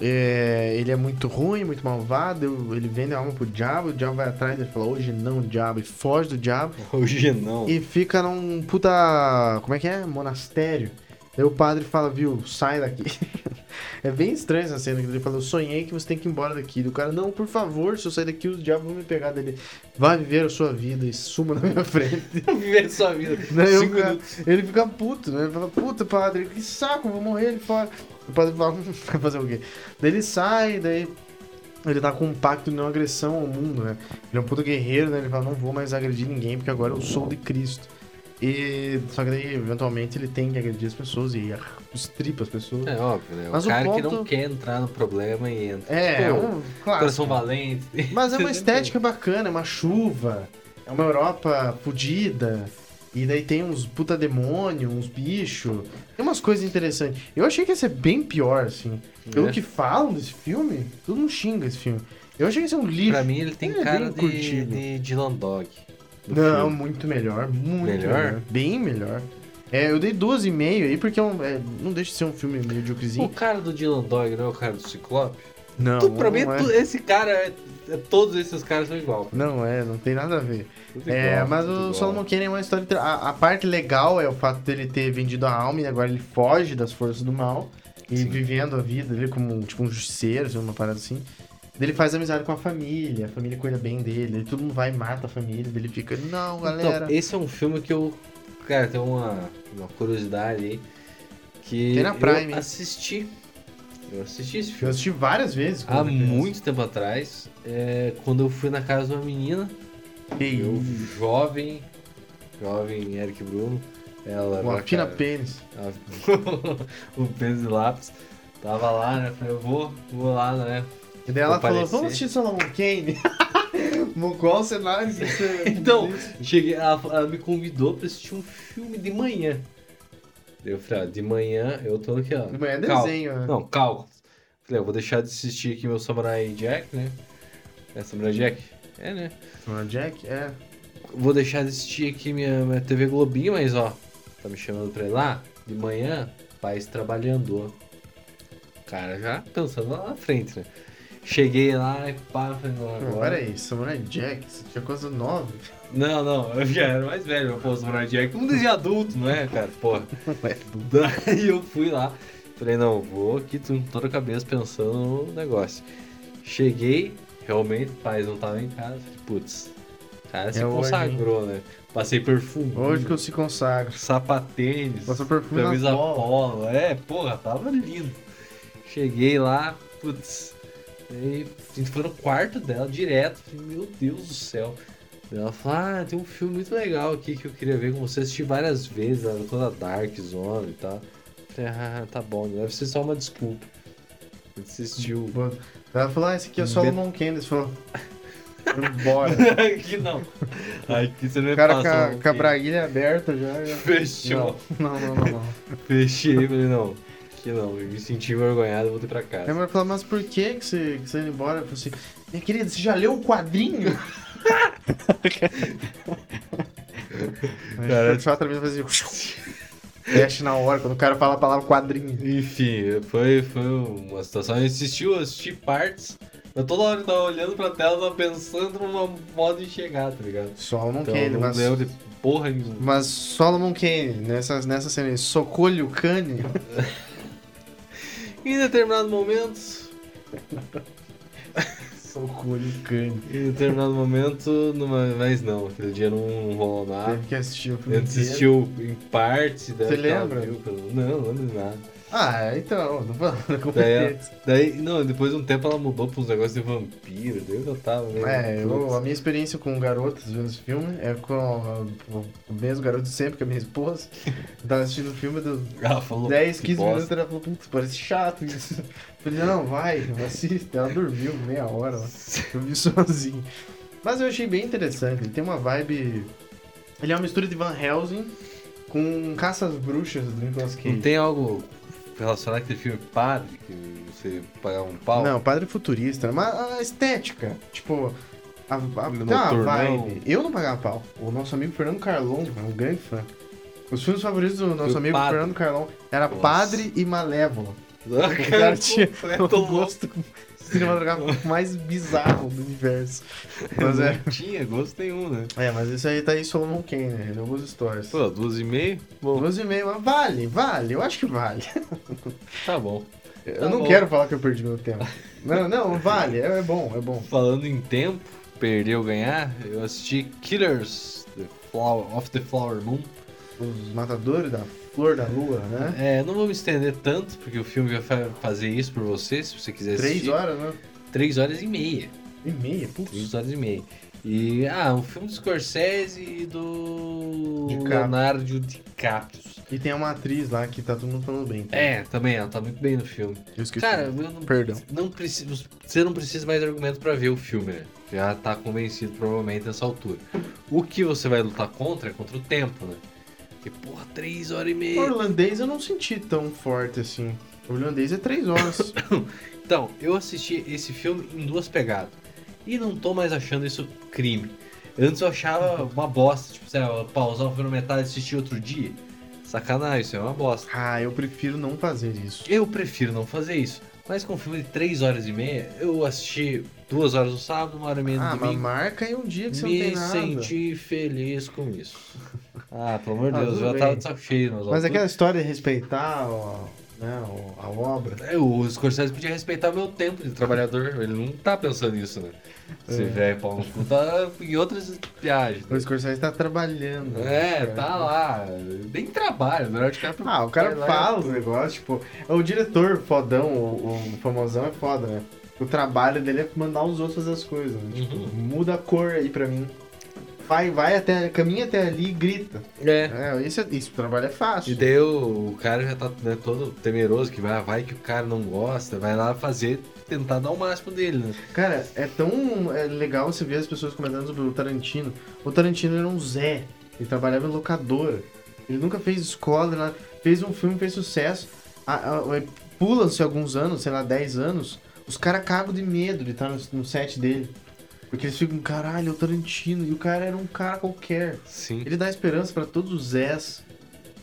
é, ele é muito ruim, muito malvado. Ele vende a alma pro diabo. O diabo vai atrás dele e fala: Hoje não, diabo. E foge do diabo.
Hoje não.
E fica num puta. Como é que é? Monastério. Daí o padre fala, viu, sai daqui. é bem estranho essa cena que ele fala, eu sonhei que você tem que ir embora daqui. E o cara, não, por favor, se eu sair daqui, os diabos vão me pegar dele. Vai viver a sua vida e suma na minha frente.
Viver sua vida.
Daí o
Cinco
cara-
minutos.
ele Né? fica puto, né? Ele fala, puta, padre, que saco, vou morrer ele fora. O padre fala, "Hum, vai fazer o quê? Daí ele sai, daí ele tá com um pacto de não agressão ao mundo, né? Ele é um puto guerreiro, né? Ele fala, não vou mais agredir ninguém, porque agora eu sou de Cristo. E só que daí, eventualmente, ele tem que agredir as pessoas e estripa as pessoas.
É óbvio, né?
Mas o
o cara que
ponto-
não quer entrar no problema e entra.
É, é
Pô,
um, claro.
Coração valente.
Mas é uma
Você sempre-
estética bacana, é uma chuva, é uma Europa fodida, e daí tem uns puta demônio, uns bichos, tem umas coisas interessantes. Eu achei que ia ser bem pior, assim. Pelo
É.
que falam desse filme, todo mundo xinga esse filme. Eu achei que ia ser um lixo.
Pra mim ele tem
É,
cara
bem
de,
curtido.
de Dylan Dog. do
Não,
filme.
muito melhor, muito melhor?
Melhor?
bem melhor. É, eu dei 12,5 aí, porque é um- é, não deixa de ser um filme medíocrezinho.
O cara do Dylan Dog não é o cara do Ciclope?
Não,
tu,
não
pra mim,
é.
tu- esse cara é-
todos esses caras são igual.
Não é, não tem nada a ver.
Tudo
É,
igual,
mas
tudo
o
igual.
Solomon Kane é uma história. inter- A, a parte legal é o fato dele ter vendido a alma e agora ele foge das forças do mal e vivendo a vida dele como tipo, um justiceiro, assim, uma parada assim. Ele faz amizade com a família, a família cuida bem dele, ele- todo mundo vai e mata a família, ele fica, não, galera.
Então, esse é um filme que eu. Cara, tem uma, uma curiosidade aí. Que
Tem na Prime, hein?
eu assisti. Eu assisti esse
eu
filme
assisti várias vezes. quando
há
era criança.
muito tempo atrás. é, quando eu fui na casa de uma menina,
Ei,
eu jovem, jovem Eric Bruno. Ela
uma
era,
fina
cara,
pênis.
ela- o peso de lápis. Tava lá, né? Falei, eu vou, vou lá, né?
E daí ela falou,
Comparecer.
vamos assistir Solomon Kane? Bom, Qual cenário que você...
Então, cheguei, ela, ela me convidou pra assistir um filme de manhã. Eu falei, ah, de manhã eu tô aqui, ó.
De manhã é
cal-
desenho, né?
Não, cálculos. Falei, eu vou deixar de assistir aqui meu Samurai Jack, né? É Samurai Jack? É, né?
Samurai Jack? É.
Vou deixar de assistir aqui minha, minha TV Globinho, mas ó, tá me chamando pra ir lá? De manhã, pais trabalhando. ó. Cara, já pensando lá na frente, né? Cheguei lá e pá, falei, não,
Pô,
agora.
peraí, Samurai É Jack, você tinha coisa nova.
Não, não, eu já era mais velho, pô, o Samurai Jack. Um desenho adulto, não é, cara? Porra. Daí eu fui lá. Falei, não, vou aqui com toda a cabeça pensando no negócio. Cheguei, realmente, o pais não tava em casa. falei, Putz, o cara se
É hoje,
consagrou, né? Passei perfume.
Hoje que eu se consagro.
Sapatênis.
Passou perfume na
Camisa
bola.
polo. É, porra, tava lindo. Cheguei lá, putz. Aí, a gente foi no quarto dela direto. Falei, meu Deus do céu. Daí Ela falou, ah, tem um filme muito legal aqui que eu queria ver com você. Assisti várias vezes, ela era toda Dark Zone e tal. Falei, ah, tá bom, deve ser só uma desculpa. A gente Assistiu.
Ela falou, ah, esse aqui é o Solomon Kane. Você falou, "Foi embora.
aqui não. Aqui você não
O
me
cara
passou, um
com a, com a
ok.
braguilha aberta já. já-
Fechou.
Não, não, não. não, não.
Fechei, falei, não. Que não, me senti envergonhado, voltei pra
Aí a
casa.
mulher falou, mas por que que você, que você ia embora? Eu falei assim, minha querida, você já leu o quadrinho?
Cara,
Cara, só outra vez fazer Teste assim, na hora, quando o cara fala a palavra quadrinho.
Enfim, foi, foi uma situação. Eu assisti, eu assisti partes. Eu toda hora tava olhando pra tela, tava pensando numa modo de chegar, tá ligado?
Solomon
Então,
Kane,
não
mas...
lembro de porra nenhuma.
Mas Solomon Kane, nessa, nessa cena, ele socolho cane.
Em determinado momento,
socolho cane.
em determinado momento, numa, mas não, aquele dia não rolou nada.
Teve Ah, que assistir o filme
Eu
inteiro.
assistiu em parte da.
Você lembra?
Não, não lembro de nada.
Ah, então, não vou não
Daí, é ela-
competência.
daí, não, depois de um tempo ela mudou pra uns negócios de vampiro, daí eu já tava meio.
É, eu,
putz.
a minha experiência com garotas vendo esse filme é com a- o mesmo garoto de sempre, que é a minha esposa. Eu tava assistindo o filme, deu
Ela falou.
10,
que
15
bosta.
minutos, ela falou, putz, parece chato isso. Eu Falei, não, vai, assista. Ela dormiu meia hora, ó. eu vi sozinho. Mas eu achei bem interessante, ele tem uma vibe... Ele é uma mistura de Van Helsing com Caça às Bruxas do Nicolas Cage.
Não tem algo relacionado àquele filme Padre, que você pagava um pau?
Não, padre futurista, mas a estética, tipo, a, a,
Ele
tem uma
noturno.
vibe. Eu não pagava pau. O nosso amigo Fernando Carlon, é um grande fã. Os filmes favoritos do nosso
o
amigo
Padre.
Fernando Carlon era
Nossa.
Padre e Malévolo.
Não,
O cara
cara,
tinha
completo
o
louco.
gosto cinematográfico mais bizarro do universo. Mas é,
Não tinha gosto nenhum, né?
é, mas isso aí tá aí Solomon Kane, né? Ele é algumas histórias.
Pô, duas e meia? Bom,
Duas e meia, mas vale, vale, eu acho que vale.
tá bom.
Eu
Tá
não
bom.
quero falar que eu perdi meu tempo. Não, não, vale, é, é bom, é bom.
Falando em tempo, perder ou ganhar, eu assisti Killers the Flower, of the Flower Moon.
Os matadores da flor da lua, né?
É, não vou me estender tanto, porque o filme vai fa- fazer isso por você, se você quiser
Três
assistir.
horas, né?
Três horas e meia.
E meia, putz.
Três horas e meia. E, ah, um filme do Scorsese e do
DiCaprio.
Leonardo DiCaprio.
E tem uma atriz lá que tá todo mundo falando bem. tá?
É, também, ela tá muito bem no filme.
Eu esqueci.
Cara, eu não,
Perdão.
não preciso, você não precisa mais de argumento pra ver o filme, né? Já tá convencido, provavelmente, nessa altura. O que você vai lutar contra é contra o tempo, né? Porque, porra, três horas e
O
meia.
irlandês eu não senti tão forte assim. O irlandês é três horas.
Então, eu assisti esse filme em duas pegadas. E não tô mais achando isso crime. Antes eu achava uma bosta, tipo, sei lá, pausar o filme na metade e assistir outro dia. Sacanagem, isso é uma bosta.
ah, eu prefiro não fazer isso.
Eu prefiro não fazer isso. Mas com um filme de 3 horas e meia, eu assisti 2 horas no sábado, uma hora e meia no
Ah, mas
domingo.
marca aí um dia que você não tem
Me
nada.
senti feliz com isso. Ah, pelo amor de
Ah,
Deus,
tudo
eu já
bem.
tava de saco cheio. nas
Mas é
alturas.
aquela história de respeitar o- né, o- a obra.
É, O Scorsese podia respeitar meu tempo de trabalhador. Ele não tá pensando nisso, né? Esse
É.
velho pau no cu tá em outras viagens. né?
O Scorsese tá trabalhando.
É,
cara.
tá lá. Nem trabalha. Na verdade, o cara
Ah, o cara
vai lá e-
fala os negócios, tipo, o diretor fodão, o, o famosão é foda, né? O trabalho dele é mandar os outros fazer as coisas, né? Tipo,
Uhum.
muda a cor aí pra mim. Vai, vai até, caminha até ali e grita.
É.
É, isso, é- isso trabalho é
E
fácil.
daí o, o cara já tá né, todo temeroso que vai, vai que o cara não gosta, vai lá fazer, tentar dar o máximo dele, né?
Cara, é tão é, legal você ver as pessoas comentando sobre o Tarantino. O Tarantino era um Zé, ele trabalhava em locadora. Ele nunca fez escola, ele fez um filme, fez sucesso. A- a- a- Pula-se alguns anos, sei lá, 10 anos, os caras cagam de medo de estar no, no set dele. Porque eles ficam, caralho, é o Tarantino. E o cara era um cara qualquer.
Sim.
Ele dá esperança pra todos os Zés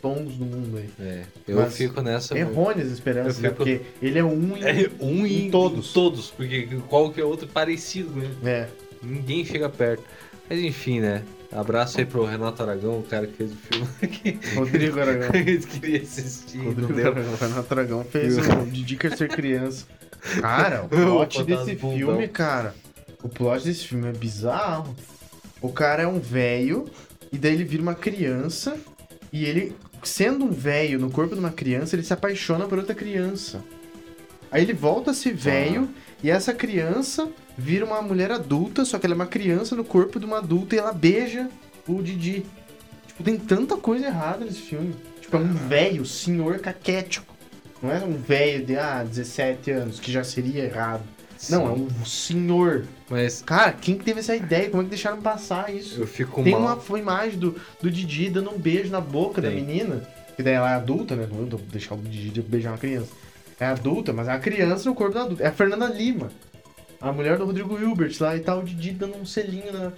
tons do mundo aí.
É, eu
Mas
fico nessa.
Errôneas esperanças,
é
né?
Eu fico-
Porque ele é um em...
É, um em,
Em todos.
em todos, porque qualquer outro parecido, né?
É.
Ninguém chega perto. Mas enfim, né? Abraço aí pro Renato Aragão, o cara que fez o filme aqui.
Rodrigo Aragão.
Eu queria assistir. não
É. Rodrigo
deu.
Dragão, Renato Dragão fez o Didi quer ser criança. Cara, o
Eu
plot
vou botar
desse
as bundão.
filme, cara. O plot desse filme é bizarro. O cara é um velho, e daí ele vira uma criança, e ele, sendo um velho no corpo de uma criança, ele se apaixona por outra criança. Aí ele volta a ser
Tá.
velho, e essa criança vira uma mulher adulta, só que ela é uma criança no corpo de uma adulta, e ela beija o Didi. Tipo, tem tanta coisa errada nesse filme. Tipo, é um velho, senhor caquético. Não é um velho de, ah, 17 anos, que já seria errado. Não, é um senhor.
Mas
Cara, quem que teve essa ideia? Como é que deixaram passar isso?
eu fico
Tem
mal.
uma f- imagem do, do Didi dando um beijo na boca da
Tem.
menina. Que daí ela é adulta, né? Não vou deixar o Didi beijar uma criança. É adulta, mas é uma criança no corpo da adulta. É a Fernanda Lima. A mulher do Rodrigo Hilbert lá e tal, o Didi dando um selinho na.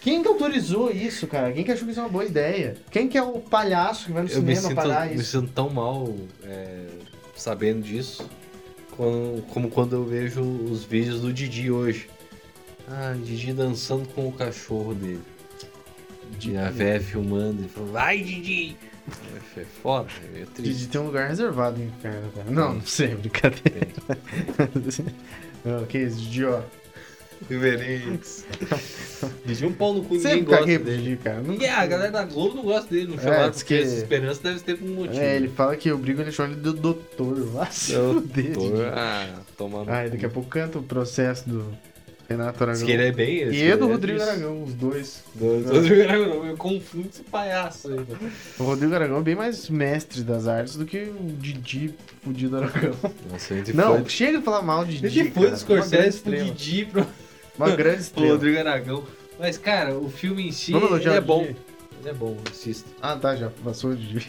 Quem que autorizou isso, cara? Quem que achou que isso é uma boa ideia? Quem que é o palhaço que vai no
eu me
cinema
sinto,
parar
me
isso?
sinto tão mal é, sabendo disso, quando- como quando eu vejo os vídeos do Didi hoje. Ah, Didi dançando com o cachorro dele. E a véia filmando e falando, vai Didi! É foda, é meio triste. É.
Didi tem um lugar reservado no inferno, cara. Não, não sei, brincadeira. Não, que isso, Didi, ó.
Primeirix. Didi é um pau no cu, ninguém
Sempre
gosta
caguei pro
dele.
Didi, cara. Nunca-
É, a galera da Globo não gosta dele, não chamaram,
diz
porque
que-
essa esperança deve ter um motivo.
É, ele fala que o Brigo ele chama ele do doutor. Vai se fuder, Didi.
É Doutor, Ah, tomando.
Ai, daqui a pouco canta o processo do Renato
Diz
Aragão.
que ele é bem esse.
E
ele
eu do
é
Rodrigo
triste.
Aragão, os dois.
Do, do Rodrigo Aragão, eu confundo esse palhaço aí. né?
O Rodrigo Aragão é bem mais mestre das artes do que o Didi fudido Aragão.
Nossa, a gente
Não,
foi.
chega de falar mal de
A
Didi.
gente foi
cara.
do
Uma grande
Scorsese pro
estrela.
Didi pro,
Uma grande
pro
estrela.
Rodrigo Aragão. Mas, cara, o filme em si
Vamos
ele
elogiar
é
o
bom.
Didi?
Ele é bom, assista.
Ah, tá, já passou o Didi.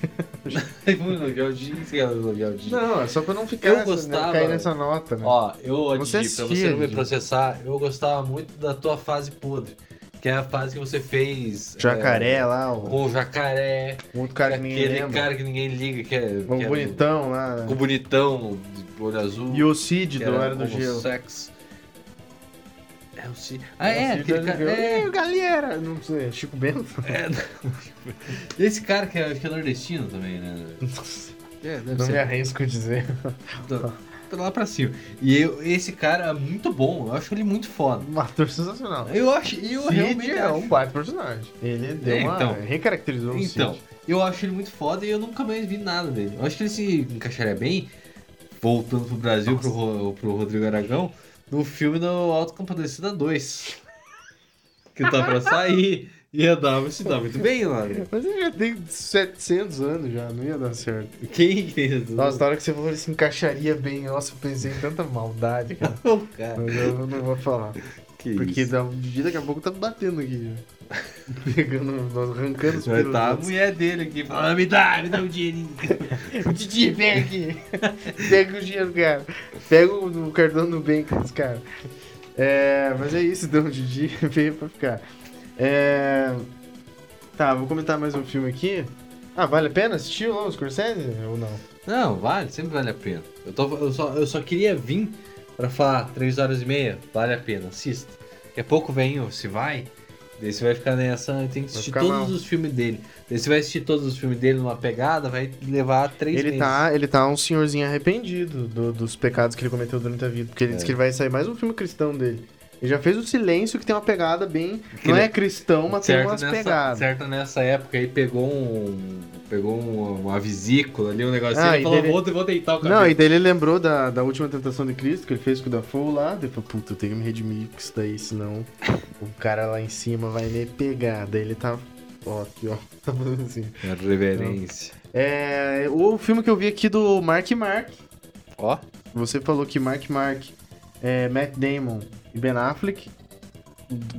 Vamos elogiar o Didi. Você quer elogiar o Didi?
Não, é só pra não ficar
Eu
nessa, né,
gostava-
cair nessa nota, né?
Ó, eu, Didi,
Você
pra
assistia,
você não me
Didi.
processar, eu gostava muito da tua fase podre. Que é a fase que você fez.
Jacaré
é,
lá, o
com o jacaré.
outro cara que ninguém
aquele
lembra.
cara que ninguém liga, que é.
o
que é
bonitão lá. né?
do- o bonitão, de olho azul.
E o Cid
que
do
era
Era do Gelo.
homossexo. É o Cid. Ah,
O
é,
Cid do
aquele
Era do
cara.
Gelo.
É,
Ih, galera! Não sei, Chico Bento?
é, não. Esse cara que é, acho que é nordestino também, né? É, deve
Não me arrisco a dizer.
Tá- tá lá pra cima. E eu- esse cara é muito bom, eu acho ele muito foda.
Um ator sensacional.
Eu acho, eu realmente
Cid é um
acho.
baita personagem. Ele deu
É,
uma...
então.
Recaracterizou o
Então,
Cid.
eu acho ele muito foda e eu nunca mais vi nada dele. Eu acho que ele se encaixaria bem, voltando pro Brasil, pro, Ro- pro Rodrigo Aragão, no filme do Alto Compadecida 2. Que tá pra sair. Ia dar, se dá muito bem lá. né?
Mas ele já tem 700 anos já, não ia dar certo.
Quem que é tem
Nossa, na hora que você falou ele se encaixaria bem, nossa, eu pensei em tanta maldade, cara.
Não, cara.
Mas eu não vou falar.
Que
Porque
isso.
dá um dia daqui a pouco tá batendo aqui. já. Pegando, nós arrancando os
Vai
pelos.
tá a
outros.
mulher dele aqui falando, me dá, me dá um dinheirinho.
O Didi, pega aqui. pega o dinheiro, cara. Pega o, o cartão do bem com esse cara. É, mas é isso, então, o Didi veio pra ficar. É, tá, vou comentar mais um filme aqui. Ah, vale a pena assistir lá o Scorsese ou não?
Não, vale, sempre vale a pena. Eu, tô- eu só, eu só queria vir pra falar 3 horas e meia, vale a pena, assista. Daqui a pouco vem, o se vai, daí você vai ficar nessa, tem que assistir
ficar
todos
mal.
os filmes dele. Daí você vai assistir todos os filmes dele numa pegada, vai levar 3
Ele
meses.
tá, ele tá um senhorzinho arrependido do- dos pecados que ele cometeu durante a vida. Porque
É.
ele disse que ele vai sair mais um filme cristão dele. Ele já fez o silêncio que tem uma pegada bem.
Que
Não
ele-
é cristão, mas tem umas
nessa,
pegadas.
certo nessa época aí pegou um. Pegou um- uma vesícula ali, um negocinho,
Ah,
ele
e
falou,
dele-
vou, vou deitar o cabelo.
Não, e daí ele lembrou da, da última tentação de Cristo que ele fez com o Dafoe lá. Daí ele falou, puta, eu tenho que me redimir com isso daí, senão o cara lá em cima vai me pegar. Daí ele tá. Ó, aqui, ó. Tá fazendo assim.
É reverência.
É. O filme que eu vi aqui do Mark Mark.
Ó,
Você falou que Mark Mark, é, Matt Damon e Ben Affleck,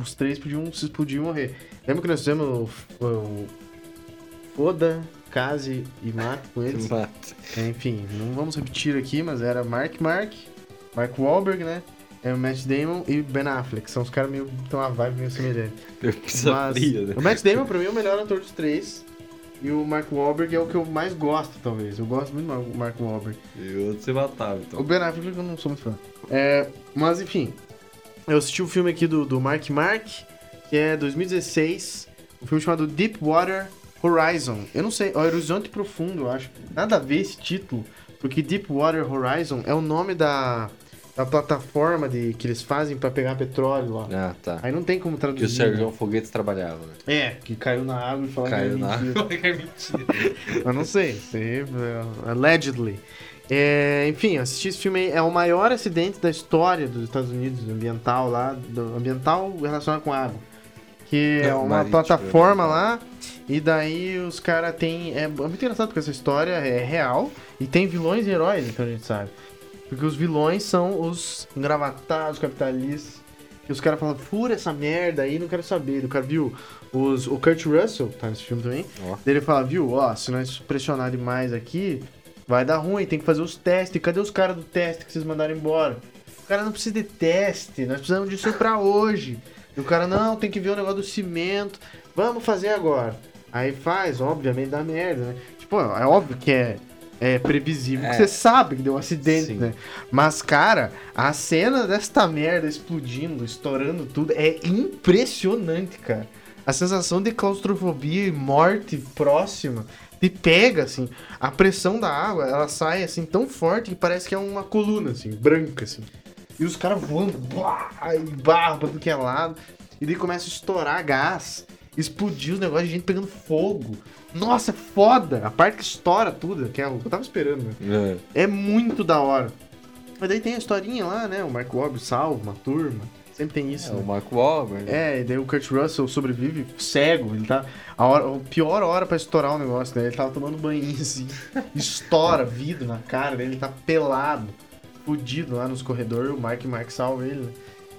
os três podiam, se podiam morrer. Lembra que nós fizemos o, o Foda, Kaze e Matt com
que
eles?
mata.
É, enfim, não vamos repetir aqui, mas era Mark Mark, Mark Wahlberg, né? É o Matt Damon e Ben Affleck. São os caras meio. tão uma vibe meio semelhante.
Eu pizza
Mas
fria, né?
O Matt Damon, pra mim, é o melhor ator dos três. E o Mark Wahlberg é o que eu mais gosto, talvez. Eu gosto muito do Mark Wahlberg.
E o outro você matava,
O
então.
Ben Affleck eu não sou muito fã. É, mas enfim, eu assisti o filme aqui do, do Mark Mark, que é 2016, um filme chamado Deepwater Horizon. Eu não sei, ó, Horizonte Profundo, eu acho. Nada a ver esse título, porque Deepwater Horizon é o nome da, da plataforma de, que eles fazem pra pegar petróleo lá.
Ah, tá.
Aí não tem como
Que o
traduzir.
Sérgio Foguetes trabalhava, né?
É, que caiu na água e falaram
Caiu
que
na
era mentira.
água. É mentira.
Eu não sei. isso aí, é, Allegedly. É, enfim, eu assisti esse filme aí. É o maior acidente da história dos Estados Unidos, ambiental lá. do- ambiental relacionado com água. Que é
É,
uma
marítimo,
plataforma
ambiental.
lá. E daí os caras têm. É muito engraçado porque essa história é real. E tem vilões e heróis, então a gente sabe. Porque os vilões são os engravatados, capitalistas. E os caras falam, fura essa merda aí, não quero saber. O cara viu os, o Kurt Russell, tá nesse filme também.
Ó.
Daí Ele fala, viu, ó, se nós pressionar demais aqui, vai dar ruim, tem que fazer os testes. Cadê os caras do teste que vocês mandaram embora? O cara não precisa de teste, nós precisamos disso pra hoje. E o cara, não, tem que ver o negócio do cimento. Vamos fazer agora. Aí faz, obviamente, dá merda, né? Tipo, é óbvio que é, é previsível,
É.
que você sabe que deu um acidente,
Sim.
né? Mas, cara, a cena desta merda explodindo, estourando tudo, é impressionante, cara. A sensação de claustrofobia e morte próxima te pega, assim. A pressão da água, ela sai, assim, tão forte que parece que é uma coluna, assim, branca, assim. E os caras voando, blá, e barba do que é lado. E daí começa a estourar gás, explodir os negócios de gente pegando fogo. Nossa, é foda! A parte que estoura tudo, que é o que eu tava esperando, né?
É.
É muito da hora. Mas daí tem a historinha lá, né? O Mark Wahlberg salva uma turma. Sempre tem isso.
É, o
né?
Marco Wahlberg.
É, e daí o Kurt Russell sobrevive cego, ele tá. A, hora, a pior hora pra estourar o negócio, né? Ele tava tomando banho assim, estoura vidro na cara dele, ele tá pelado, fudido lá nos corredores, o Mark Mark salva ele, né?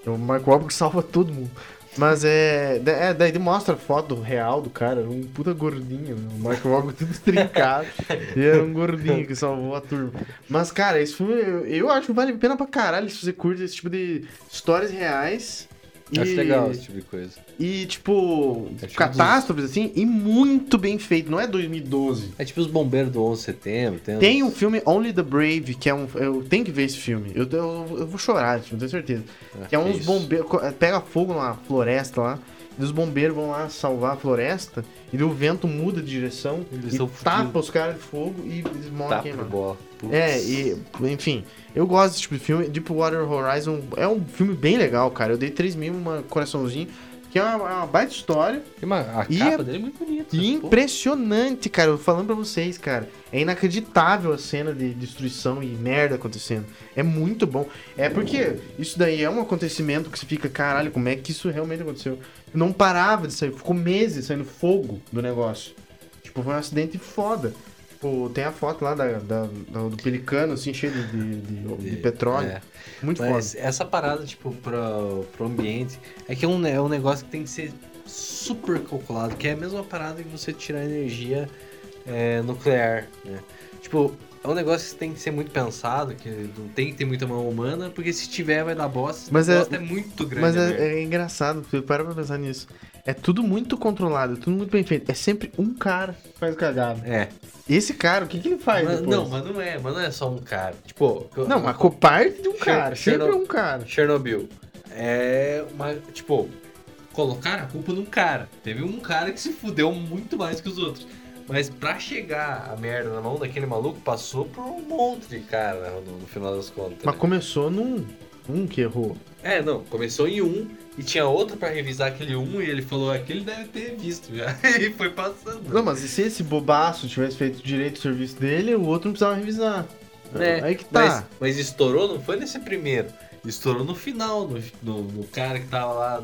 O Mark Wahlberg salva todo mundo. Mas é, da- é. Daí ele mostra a foto real do cara, era um puta gordinho, né? o Mark Wahlberg tudo trincado. e era um gordinho que salvou a turma. Mas, cara, esse filme eu, eu acho que vale a pena pra caralho se você curte esse tipo de histórias reais.
Acho
e-
legal esse tipo de coisa.
e, tipo,
É tipo
catástrofes, assim, e muito bem feito. Não é 2012.
É tipo os bombeiros do 11 de setembro. Tem,
Tem um
uns-
filme Only the Brave, que é um. Eu tenho que ver esse filme. Eu, eu, eu vou chorar, tipo, tenho certeza. Que é uns
isso.
bombeiros. co- Pega fogo numa floresta lá. E os bombeiros vão lá salvar a floresta. E daí o vento muda de direção.
Eles
e
são
tapa
fudidos.
os caras de fogo e eles morrem
Tapa de
queimados.
bola. Putz.
É, e, enfim, eu gosto desse tipo de filme. Deepwater Horizon é um filme bem legal, cara. Eu dei 3 mil, uma coraçãozinho. Que é uma- é uma baita história.
Tem uma- a
E
capa
é-
dele é muito bonita.
E
pô.
impressionante, cara. Eu falando pra vocês, cara. É inacreditável a cena de destruição e merda acontecendo. É muito bom. É porque isso daí é um acontecimento que você fica, caralho, como é que isso realmente aconteceu? Não parava de sair, ficou meses saindo fogo do negócio. Tipo, foi um acidente foda. Tipo, tem a foto lá da, da- da- do pelicano, assim, cheio de, de- de- de petróleo.
É.
Muito
Mas
foda.
essa parada, tipo, pro, pro ambiente, é que é um, ne- é um negócio que tem que ser super calculado, que é a mesma parada que você tirar energia é, nuclear, né? Tipo, é um negócio que tem que ser muito pensado, que não tem que ter muita mão humana, porque se tiver vai dar bosta,
Mas
a
é-
bosta é muito grande.
Mas
né?
é, é engraçado, você para pra pensar nisso. É tudo muito controlado, é tudo muito bem feito. É sempre um cara que faz cagada.
É.
E esse cara, o que, que ele faz
Mas-
depois?
não, mas não é, mas não é só um cara. Tipo, que eu-
Não, mas com parte de um
Cher-
cara. Sempre é
Chernobyl.
um cara.
Chernobyl. É uma. Tipo, colocaram a culpa num cara. Teve um cara que se fudeu muito mais que os outros. Mas pra chegar a merda na mão daquele maluco, passou por um monte de cara né, no, no final das contas.
Mas
né?
começou num. Um que errou.
É, não, começou em um e tinha outro pra revisar aquele um e ele falou, aquele deve ter visto já. E foi passando.
Não, mas e se esse bobaço tivesse feito direito o serviço dele, o outro não precisava revisar.
É,
Aí que
Mas,
tá.
mas estourou, não foi nesse primeiro. Estourou no final, no, no- no cara que tava lá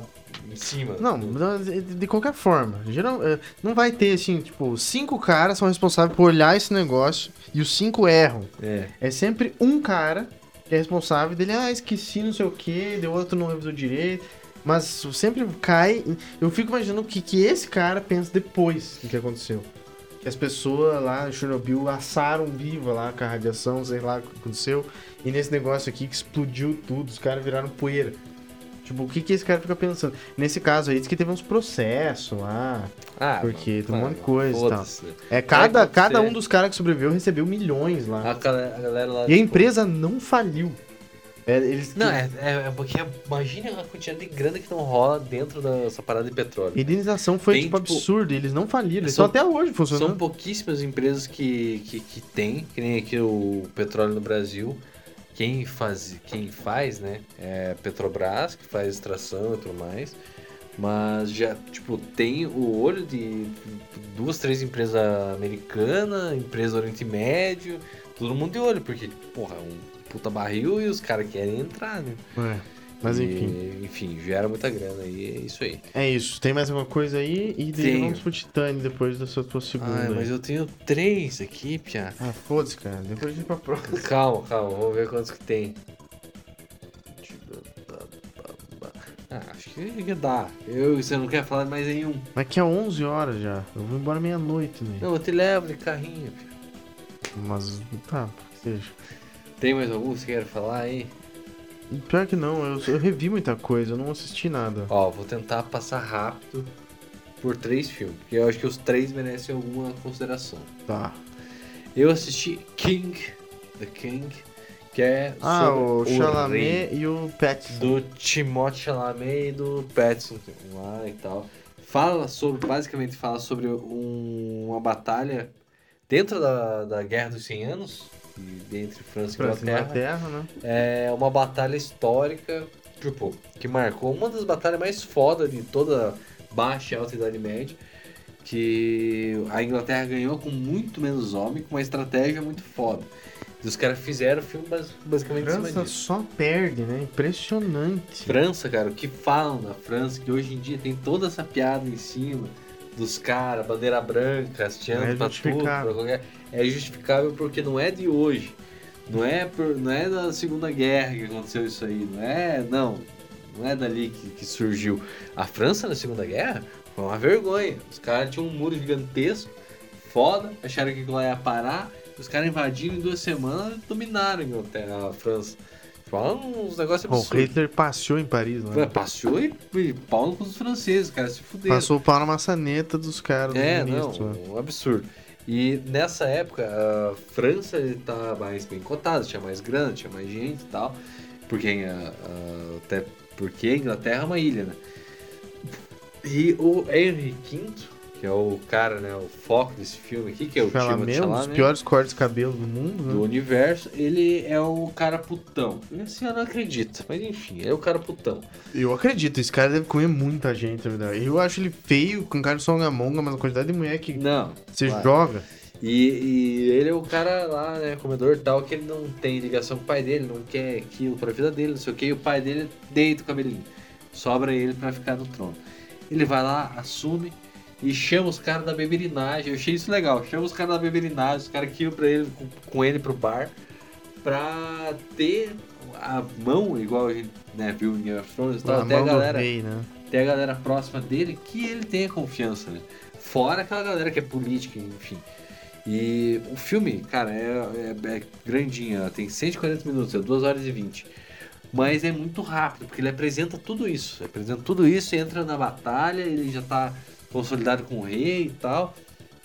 em cima.
Não,
No-
mas de de qualquer forma. Geral, eh, não vai ter, assim, tipo, cinco caras são responsáveis por olhar esse negócio e os cinco erram.
É.
É sempre um cara que é responsável dele, ah, esqueci não sei o que, deu outro não revisou direito. Mas sempre cai. em- Eu fico imaginando o que, que esse cara pensa depois do que aconteceu. Que as pessoas lá em Chernobyl assaram viva lá com a radiação, sei lá o que aconteceu. E nesse negócio aqui que explodiu tudo, os caras viraram poeira. Tipo, o que, que esse cara fica pensando? Nesse caso aí, diz que teve uns processos lá.
Ah,
Porque tem um
mano,
monte de coisa e tal.
foda-se, né?
É, cada,
que
cada
você-
um dos caras que sobreviveu recebeu milhões lá.
A galera, a galera lá.
E a
tipo,
empresa não faliu. É, eles,
Não, é, é, é porque imagina a quantidade de grana que não rola dentro dessa parada de petróleo.
Indenização foi
é. Tem,
tipo
tipo,
absurdo, eles não faliram, eles
são-
estão até hoje
São
funcionando.
pouquíssimas empresas que, que, que tem, que nem aqui o petróleo no Brasil. Quem faz, quem faz, né? É a Petrobras, que faz extração e tudo mais. Mas já, tipo, tem o olho de duas, três empresas americanas, empresa Oriente Médio, todo mundo de olho, porque, porra, é um puta barril e os caras querem entrar, né?
É, Mas
E,
enfim,
enfim, gera muita grana e é isso aí.
é isso. Tem mais alguma coisa aí? E daí
Tenho.
vamos pro Titane depois da sua tua segunda.
Ai, mas eu tenho três aqui, Pia.
Ah, foda-se, cara. Depois a gente vai pra próxima.
Calma, calma, vamos ver quantos que tem. Ah, acho que dá. Eu, você não quer falar de mais nenhum.
Mas que é 11 horas já. Eu vou embora meia-noite, né?
Não, eu te levo de carrinho. Pia.
Mas tá, que seja.
Tem mais algum que você quer falar aí?
E Pior que não, eu, eu revi muita coisa, eu não assisti nada.
Ó, vou tentar passar rápido por três filmes, porque eu acho que os três merecem alguma consideração.
Tá.
Eu assisti King, The King, que é
Ah,
sobre
o
rei.
Chalamet e o Pet.
do Timothée Chalamet e do Pattinson lá e tal. Fala sobre, basicamente fala sobre um- uma batalha dentro da, da Guerra dos 100 Anos, e- entre França e
Pra
Inglaterra.
Inglaterra, né?
É uma batalha histórica, tipo, que marcou uma das batalhas mais foda de toda a baixa e alta idade média, que a Inglaterra ganhou com muito menos homem, com uma estratégia muito foda. E os caras fizeram o filme bas- basicamente em cima
França
disso.
só perde, né? Impressionante.
França, cara, o que falam da França, que hoje em dia tem toda essa piada em cima dos caras, bandeira branca, hasteando
É
pra tudo,
justificável.
pra qualquer... É justificável porque não é de hoje. Não é, por- não é da Segunda Guerra que aconteceu isso aí. Não é, não. Não é dali que, que surgiu. A França na Segunda Guerra foi uma vergonha. Os caras tinham um muro gigantesco, foda, acharam que aquilo lá ia parar. Os caras invadiram em duas semanas e dominaram a Inglaterra, a França. Fala uns negócios
Bom, o
absurdos.
Hitler passeou em Paris,
Ué,
né?
Passou e, e Paulo com os franceses, cara, se fuderam.
Passou o pau na maçaneta dos caras, dos
é,
ministros. né?
não, um absurdo. E nessa época, a França estava mais bem cotada, tinha mais grana, tinha mais gente e tal. Porque, a- a- até porque a Inglaterra é uma ilha, né? E o Henry V, que é o cara, né, o foco desse filme aqui, que é o Timothée
Chalamet, um dos
Chalamet,
piores cortes de cabelo do mundo, né?
do universo, ele é o cara putão. Esse eu não acredito, mas enfim, ele é o cara putão.
Eu acredito, esse cara deve comer muita gente, na verdade. Eu acho ele feio, com cara de songamonga, mas a quantidade de mulher que
Não,
você
claro.
joga...
E, e ele é o cara lá, né, comedor e tal, que ele não tem ligação com o pai dele, não quer aquilo pra vida dele, não sei o que, e o pai dele deita o cabelinho. Sobra ele pra ficar no trono. Ele vai lá, assume e chama os caras da beberinagem. Eu achei isso legal. Chama os caras da beberinagem, os caras que iam pra ele, com, com ele pro bar, pra ter a mão, igual a gente né, viu em Game of Thrones e tal,
a
Tá, até a
mão do
galera
rei, né?
tem a galera próxima dele que ele tenha confiança, né? Fora aquela galera que é política, enfim. E o filme, cara, é, é- é grandinho, ó, tem 140 minutos, é 2 horas e 20. Mas é muito rápido, porque ele apresenta tudo isso. Ele apresenta tudo isso, entra na batalha, ele já tá consolidado com o rei e tal.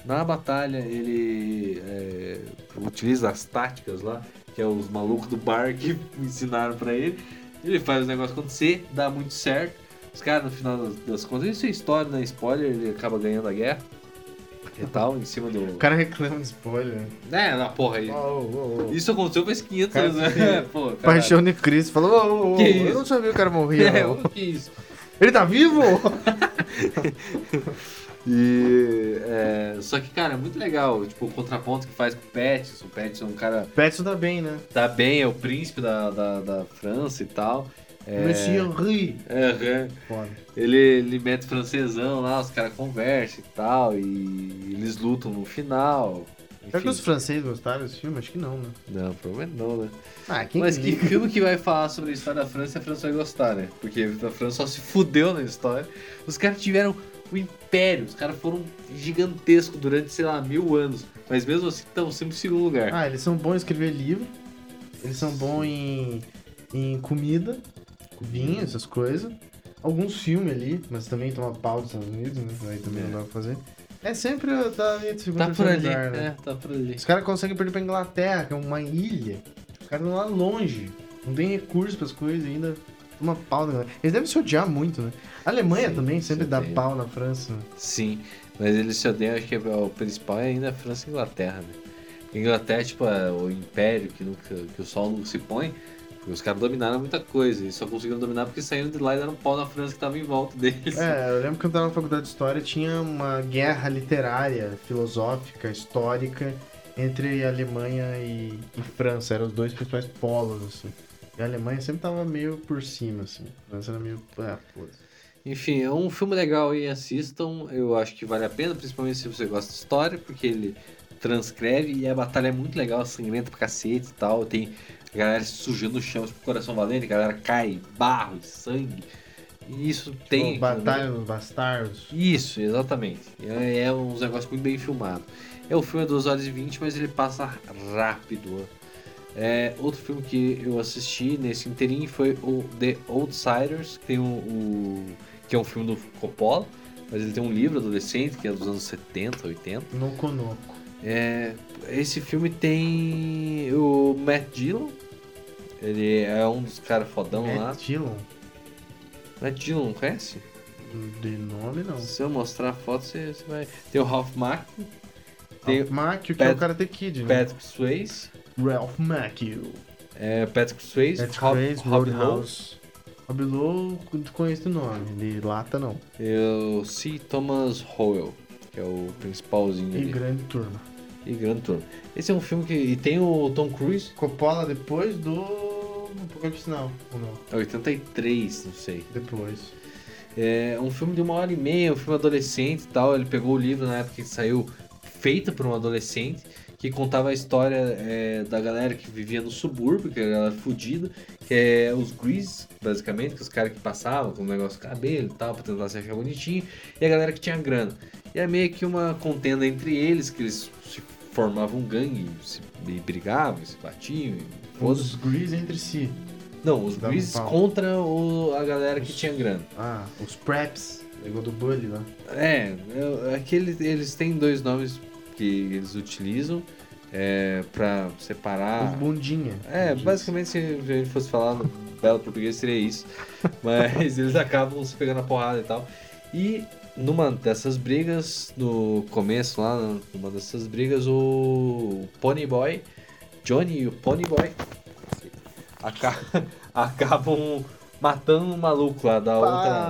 Na batalha ele é, utiliza as táticas lá, que é os malucos do bar que ensinaram pra ele. Ele faz o negócio acontecer, dá muito certo. Os caras, no final das, das contas, isso é história, né? Spoiler, ele acaba ganhando a guerra e tal, em cima do.
O cara reclama de spoiler.
É, na porra aí.
Oh, oh, oh.
Isso aconteceu faz 500
Cara,
anos, né? Pô, caralho.
Paixão de Cristo. Falou, ô, ô, ô,
Que
eu
isso?
não sabia que o cara morria.
É,
não.
o que isso?
Ele tá vivo?
E. é, só que, cara, é muito legal. Tipo, o contraponto que faz com o Pattinson. O Pattinson é um cara
Petson tá bem, né?
que tá bem, é o príncipe da, da, da França e tal. É,
Monsieur Henry.
Aham.
Foda.
Ele, ele mete francesão lá, os caras conversam e tal, e eles lutam no final.
Será que os
Enfim,
franceses gostaram desse filme? Acho que não, né?
não, provavelmente não, né?
Ah, quem
Mas que filme que vai falar sobre a história da França a França vai gostar, né? Porque a França só se fudeu na história. Os caras tiveram o império, os caras foram gigantescos durante, sei lá, mil anos. Mas mesmo assim estão sempre em segundo lugar.
Ah, eles são bons em escrever livro. Eles são bons em, em comida, vinho, essas coisas. Alguns filmes ali, mas também toma pau dos Estados Unidos, né? Aí também
É.
não dá pra fazer. É sempre o da entre segundo
tá
e
por
terceiro
ali,
lugar, né?
né? Tá por ali.
Os caras conseguem perder pra Inglaterra, que é uma ilha. Os caras estão lá longe. Não tem recurso pras coisas ainda. Toma pau na Inglaterra. Eles devem se odiar muito, né? A Alemanha
Sim,
também sempre dá
certeza.
pau na França. né?
Sim, mas eles se odeiam, acho que é o principal é ainda a França e a Inglaterra, né? Porque a Inglaterra é tipo a- o império que, nunca, que o sol nunca se põe, porque os caras dominaram muita coisa, e só conseguiram dominar porque saíram de lá e deram um pau na França que tava em volta deles.
É, eu lembro que eu estava na faculdade de história tinha uma guerra literária, filosófica, histórica entre Alemanha e, e França. Eram os dois principais polos, assim. E a Alemanha sempre tava meio por cima, assim. A França era meio. Ah, foda-se.
Enfim, é um filme legal e assistam, eu acho que vale a pena, principalmente se você gosta de história, porque ele transcreve e a batalha é muito legal, sangrenta pra cacete e tal, tem a galera se sujando no chão, tipo coração valente, a galera cai, barro, e sangue, e isso tem...
Pô,
aqui
Tipo,
no meio.
Batalha dos Bastardos.
Isso, exatamente. É, é um negócio muito bem filmado. É o filme é 2 horas e 20, mas ele passa rápido. É, outro filme que eu assisti nesse inteirinho foi o The Outsiders, que, tem o, o- que é um filme do Coppola, mas ele tem um livro adolescente que é dos anos 70, 80.
No Conoco.
É, esse filme tem o Matt Dillon, ele é um dos caras fodão lá.
Matt Dillon?
Matt Dillon, conhece?
De nome não.
Se eu mostrar a foto, você, você vai. Tem o Ralph Macchio, tem
Ralph Macchio, que é o
Pat-
Karate Kid,
o
né?
Patrick Swayze,
Ralph Macchio.
é, Patrick Swayze,
Patrick
Rob,
Swayze,
Rob Lowe,
Roadhouse. Rob Lowe, conheço o nome. De lata, não.
e o C. Thomas Howell, que é o principalzinho
E
ali.
grande turma.
E grande turno. Esse é um filme que. E tem o Tom Cruise,
Coppola depois do Apocalipse Now, ou não?
é 83, não sei.
Depois.
É um filme de uma hora e meia, um filme adolescente e tal. Ele pegou o livro na época que saiu, feito por um adolescente, que contava a história é, da galera que vivia no subúrbio, que era a galera fudida, que é os grease, basicamente, que os caras que passavam com o negócio de cabelo e tal, pra tentar se achar bonitinho, e a galera que tinha grana. E é meio que uma contenda entre eles, que eles se formavam um gangue, se, e brigavam, e se batiam, e
Os
foda-se.
Grease entre si.
Não, os
Davam
grease
pau.
contra o- a galera que tinha grana.
Ah, os Preps. Igual do Bully lá.
É, eu- aqui ele- eles têm dois nomes que eles utilizam é, para separar.
Os Bundinha.
Ah. É,
Bundinha.
basicamente se a gente fosse falar no belo português seria isso. Mas eles acabam se pegando a porrada e tal. E numa dessas brigas, no começo lá, né, numa dessas brigas, o Pony Boy, Johnny e o Pony Boy aca- acabam matando um maluco lá da
Ah,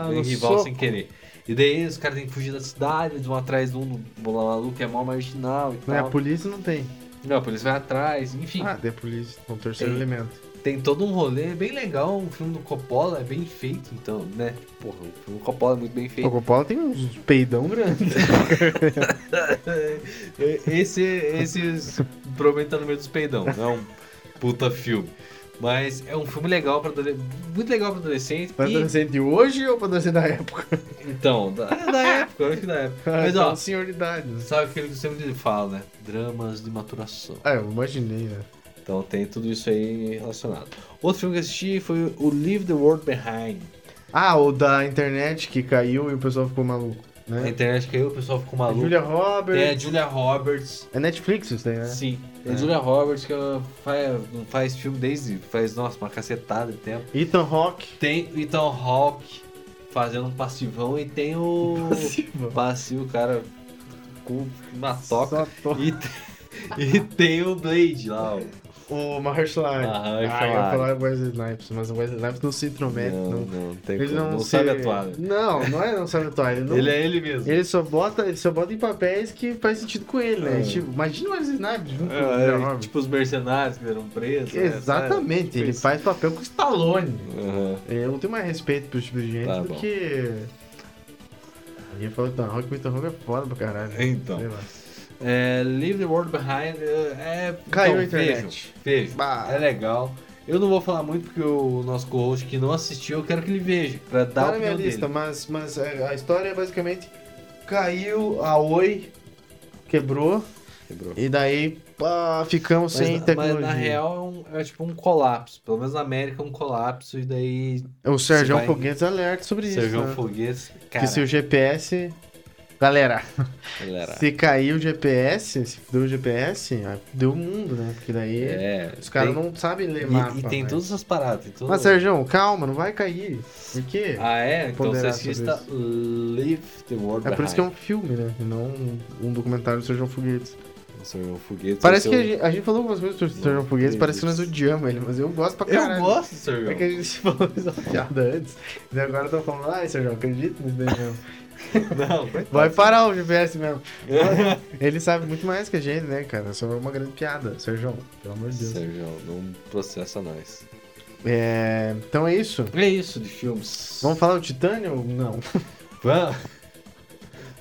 outra
no
rival
soco.
sem querer. E daí os caras têm que fugir da cidade, eles vão atrás de um do maluco que é mal marginal e
Não é a
tal.
polícia, não tem.
Não, a polícia vai atrás, enfim.
Ah, tem a polícia. É o terceiro
Ei.
elemento.
Tem todo um rolê bem legal, um filme do Coppola é bem feito, então, né? Porra, o filme do Coppola é muito bem
O
feito.
Coppola tem uns peidão grande.
É, esse, esse provavelmente tá no meio dos peidão, não é um puta filme. Mas é um filme legal pra adolescente, muito legal pra adolescente.
Pra
e-
adolescente de hoje ou pra adolescente da época?
então, da, é da época, eu acho que da época. Mas
Então,
ó,
senhor de idade.
sabe aquele que eu sempre falo, né? Dramas né? de maturação.
Ah, eu É, imaginei, né?
Então tem tudo isso aí relacionado. Outro filme que eu assisti foi o Leave the World Behind.
Ah, o da internet que caiu e o pessoal ficou maluco,
Na
né?
internet caiu, o pessoal ficou tá maluco.
É Julia
Tem a
Roberts.
Julia Roberts.
É Netflix isso daí, né?
Sim. Tem
É.
a Julia Roberts que ela faz, não faz filme desde. faz, nossa, uma cacetada de tempo.
Ethan Hawke.
Tem o Ethan Hawke fazendo um passivão e tem o.
Passivo.
Passivo, o cara com uma toca.
Só toca.
E, tem- e tem o Blade lá, ó.
O Mahershala. Ali.
Ah,
eu ia
Mahershala Ali.
falar Wesley Snipes, mas o Wesley Snipes não se intromete.
Não,
Não,
não, tem
Ele
como.
não,
Não
se-
sabe atuar. né?
Não, não é não sabe atuar. Ele, não-
Ele é ele mesmo.
ele só bota, ele só bota em papéis que faz sentido com ele, né?
É.
Tipo, imagina o Wesley Snipes junto com o
É,
Julia
é,
Roberts.
tipo os mercenários que eram presos. né?
Exatamente,
É,
ele
tipo
faz papel com o Stallone.
isso. Aham.
É, Eu não tenho mais respeito pelo tipo de gente
Tá
do
bom.
que. Aí eu falo Ethan Hawke, o Ethan Hawke é foda pra caralho.
Então.
Sei lá.
É, Leave the World Behind é. é-
Caiu
então,
a internet.
Vejo, vejo.
Bah.
É legal. Eu não vou falar muito porque o nosso co-host que não assistiu, eu quero que ele veja, pra dar
Tá
a
na minha
opinião
lista,
dele.
mas, mas é, a história é basicamente caiu a Oi, quebrou,
Quebrou.
e daí pá, ficamos sem
mas,
tecnologia.
mas na real é, um- é tipo um colapso. Pelo menos na América é um colapso e daí
o Sérgio
vai-
Foguetes alerta sobre isso.
Sérgio
né?
Foguete. Cara,
Que se o GPS. Galera,
galera,
se cair o GPS, se deu o GPS, ah, deu o mundo, né? Porque daí
é,
os caras
tem-
não sabem ler mapa.
E, e tem
né?
todas essas paradas. Tem todas-
Mas, Sérgio, calma, não vai cair. Por quê?
Ah, é? Então você
ponderar
assista
sobre
Leave the World
é por isso que é
Behind.
um filme, né? E não um, um documentário do Sérgio Foguetes.
O Sérgio Foguete.
Parece
é o
que a
seu-
gente, a gente falou algumas coisas sobre o Sérgio
Não,
Foguetes, parece que
isso.
nós odiamos ele, mas eu gosto pra
Eu
caralho.
gosto do Sérgio.
É que a gente falou essa piada antes, e agora estão falando, ai Sérgio, acredito nisso daí mesmo.
Não, coitado.
Vai parar o GPS mesmo. Ele sabe muito mais que a gente, né, cara? Só é uma grande piada, Sérgio, pelo amor de Deus.
Sérgio, não processa nós.
É, então é isso.
É isso de filmes.
Vamos falar do Titânio? Não.
Vamos.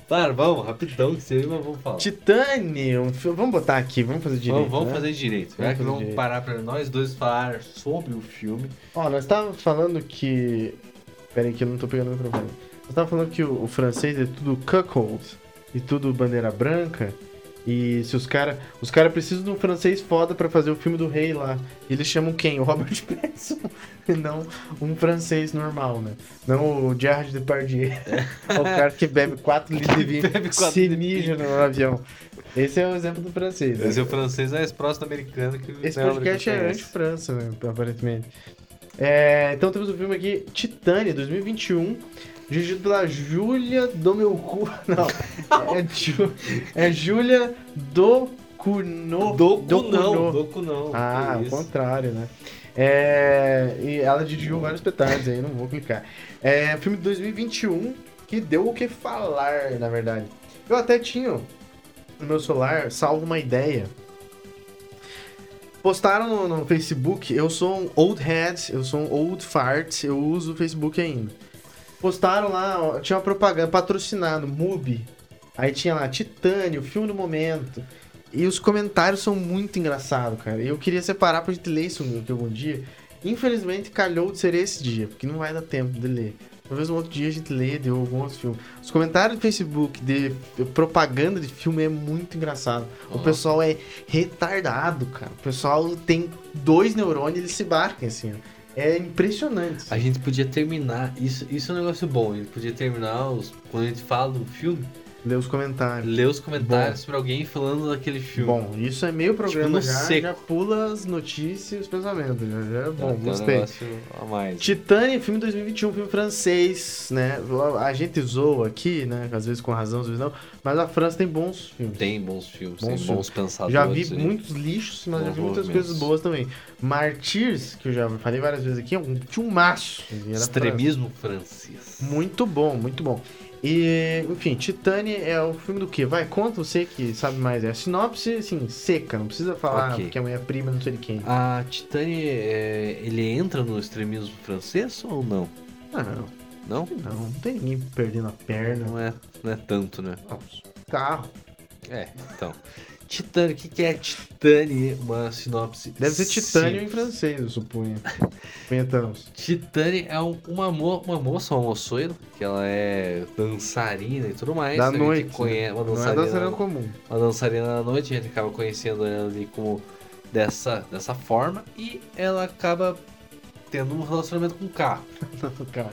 Claro, vamos, rapidão, que seria, mas vamos falar.
Titânio, um filme- vamos botar aqui, vamos fazer direito.
vamos vamos
né?
fazer direito.
Vamos
Já que
fazer
vamos
direito.
parar pra nós dois falar sobre o filme.
Ó, nós estávamos falando que. Pera aí que eu não tô pegando o microfone. Nós estávamos falando que o, o francês é tudo cuckold e tudo bandeira branca. E se os caras. Os caras precisam de um francês foda pra fazer o filme do rei lá. E eles chamam quem? O Robert Pattinson. E não um francês normal, né? Não o Gerard Depardieu. É o cara que bebe 4 litros de vinho.
Bebe quatro
se
litros de
mija no avião. Esse é o exemplo do francês. né?
Mas o francês é mais próximo americano que o
Esse podcast é anti-França, né, aparentemente. É, então temos o filme aqui, Titânia, 2021, dirigido pela Júlia do meu cu. Não, é, Ju, é Júlia do Cuno.
Doku
Cuno.
não, Doku não.
Ah,
que
ao
isso.
contrário, né? É, e ela dirigiu vários petardos aí, não vou clicar. É filme de 2021 que deu o que falar, na verdade. Eu até tinha no meu celular salvo uma ideia. Postaram no, no Facebook, eu sou um old head, eu sou um old fart, eu uso o Facebook ainda. Postaram lá, ó, tinha uma propaganda patrocinado, MUBI. Aí tinha lá, Titânio, filme do momento. E os comentários são muito engraçados, cara. Eu queria separar pra gente ler isso aqui algum dia. Infelizmente, calhou de ser esse dia, porque não vai dar tempo de ler. Talvez um outro dia a gente lê de algum outro filme. Os comentários do Facebook de propaganda de filme é muito engraçado. O
Ó.
pessoal é retardado, cara. O pessoal tem dois neurônios e eles se barcam, assim. ó. É impressionante.
A gente podia terminar. Isso, isso é um negócio bom. A gente podia terminar os, quando a gente fala do filme,
Ler os comentários.
ler os comentários pra alguém falando daquele filme.
Bom, isso é meio
Tipo,
programa
no
já,
seco.
já pula as notícias e os pensamentos. Já, já é
Tá,
bom,
tem Um
gostei.
negócio a mais.
Titânia, filme 2021, filme francês, né? A gente zoa aqui, né? Às vezes com razão, às vezes não. Mas a França tem bons filmes.
Tem bons filmes,
Bons
tem
filmes.
bons pensadores.
Já vi
aí.
muitos lixos, mas já vi
Bons
muitas
movimentos.
coisas boas também. Martyrs, que eu já falei várias vezes aqui, é um, tinha um maço. Era França.
Extremismo francês.
Muito bom, muito bom. E, enfim, Titânia é o filme do quê? Vai, conta você que sabe mais. É a sinopse, assim, seca. Não precisa falar
Ok.
que a minha prima não sei de quem.
A Titânia, é, ele entra no extremismo francês ou não?
Ah, não.
Não?
Não, não tem ninguém perdendo a perna.
Não é, não é tanto, né?
Não, carro.
É, então. Titânia, o que, que é Titânia? Uma sinopse.
Deve ser titânio em
simples.
francês, eu supunha. Punhetamos.
Titânia é um- uma, mo- uma moça, uma moçoeira, que ela é dançarina e tudo mais. né?
Da
a gente
noite,
Conhece, uma
Não é
dançarina,
dançarino comum.
uma dançarina da noite, a gente acaba conhecendo ela ali como dessa, dessa forma e ela acaba tendo um relacionamento com o carro.
Não, calma.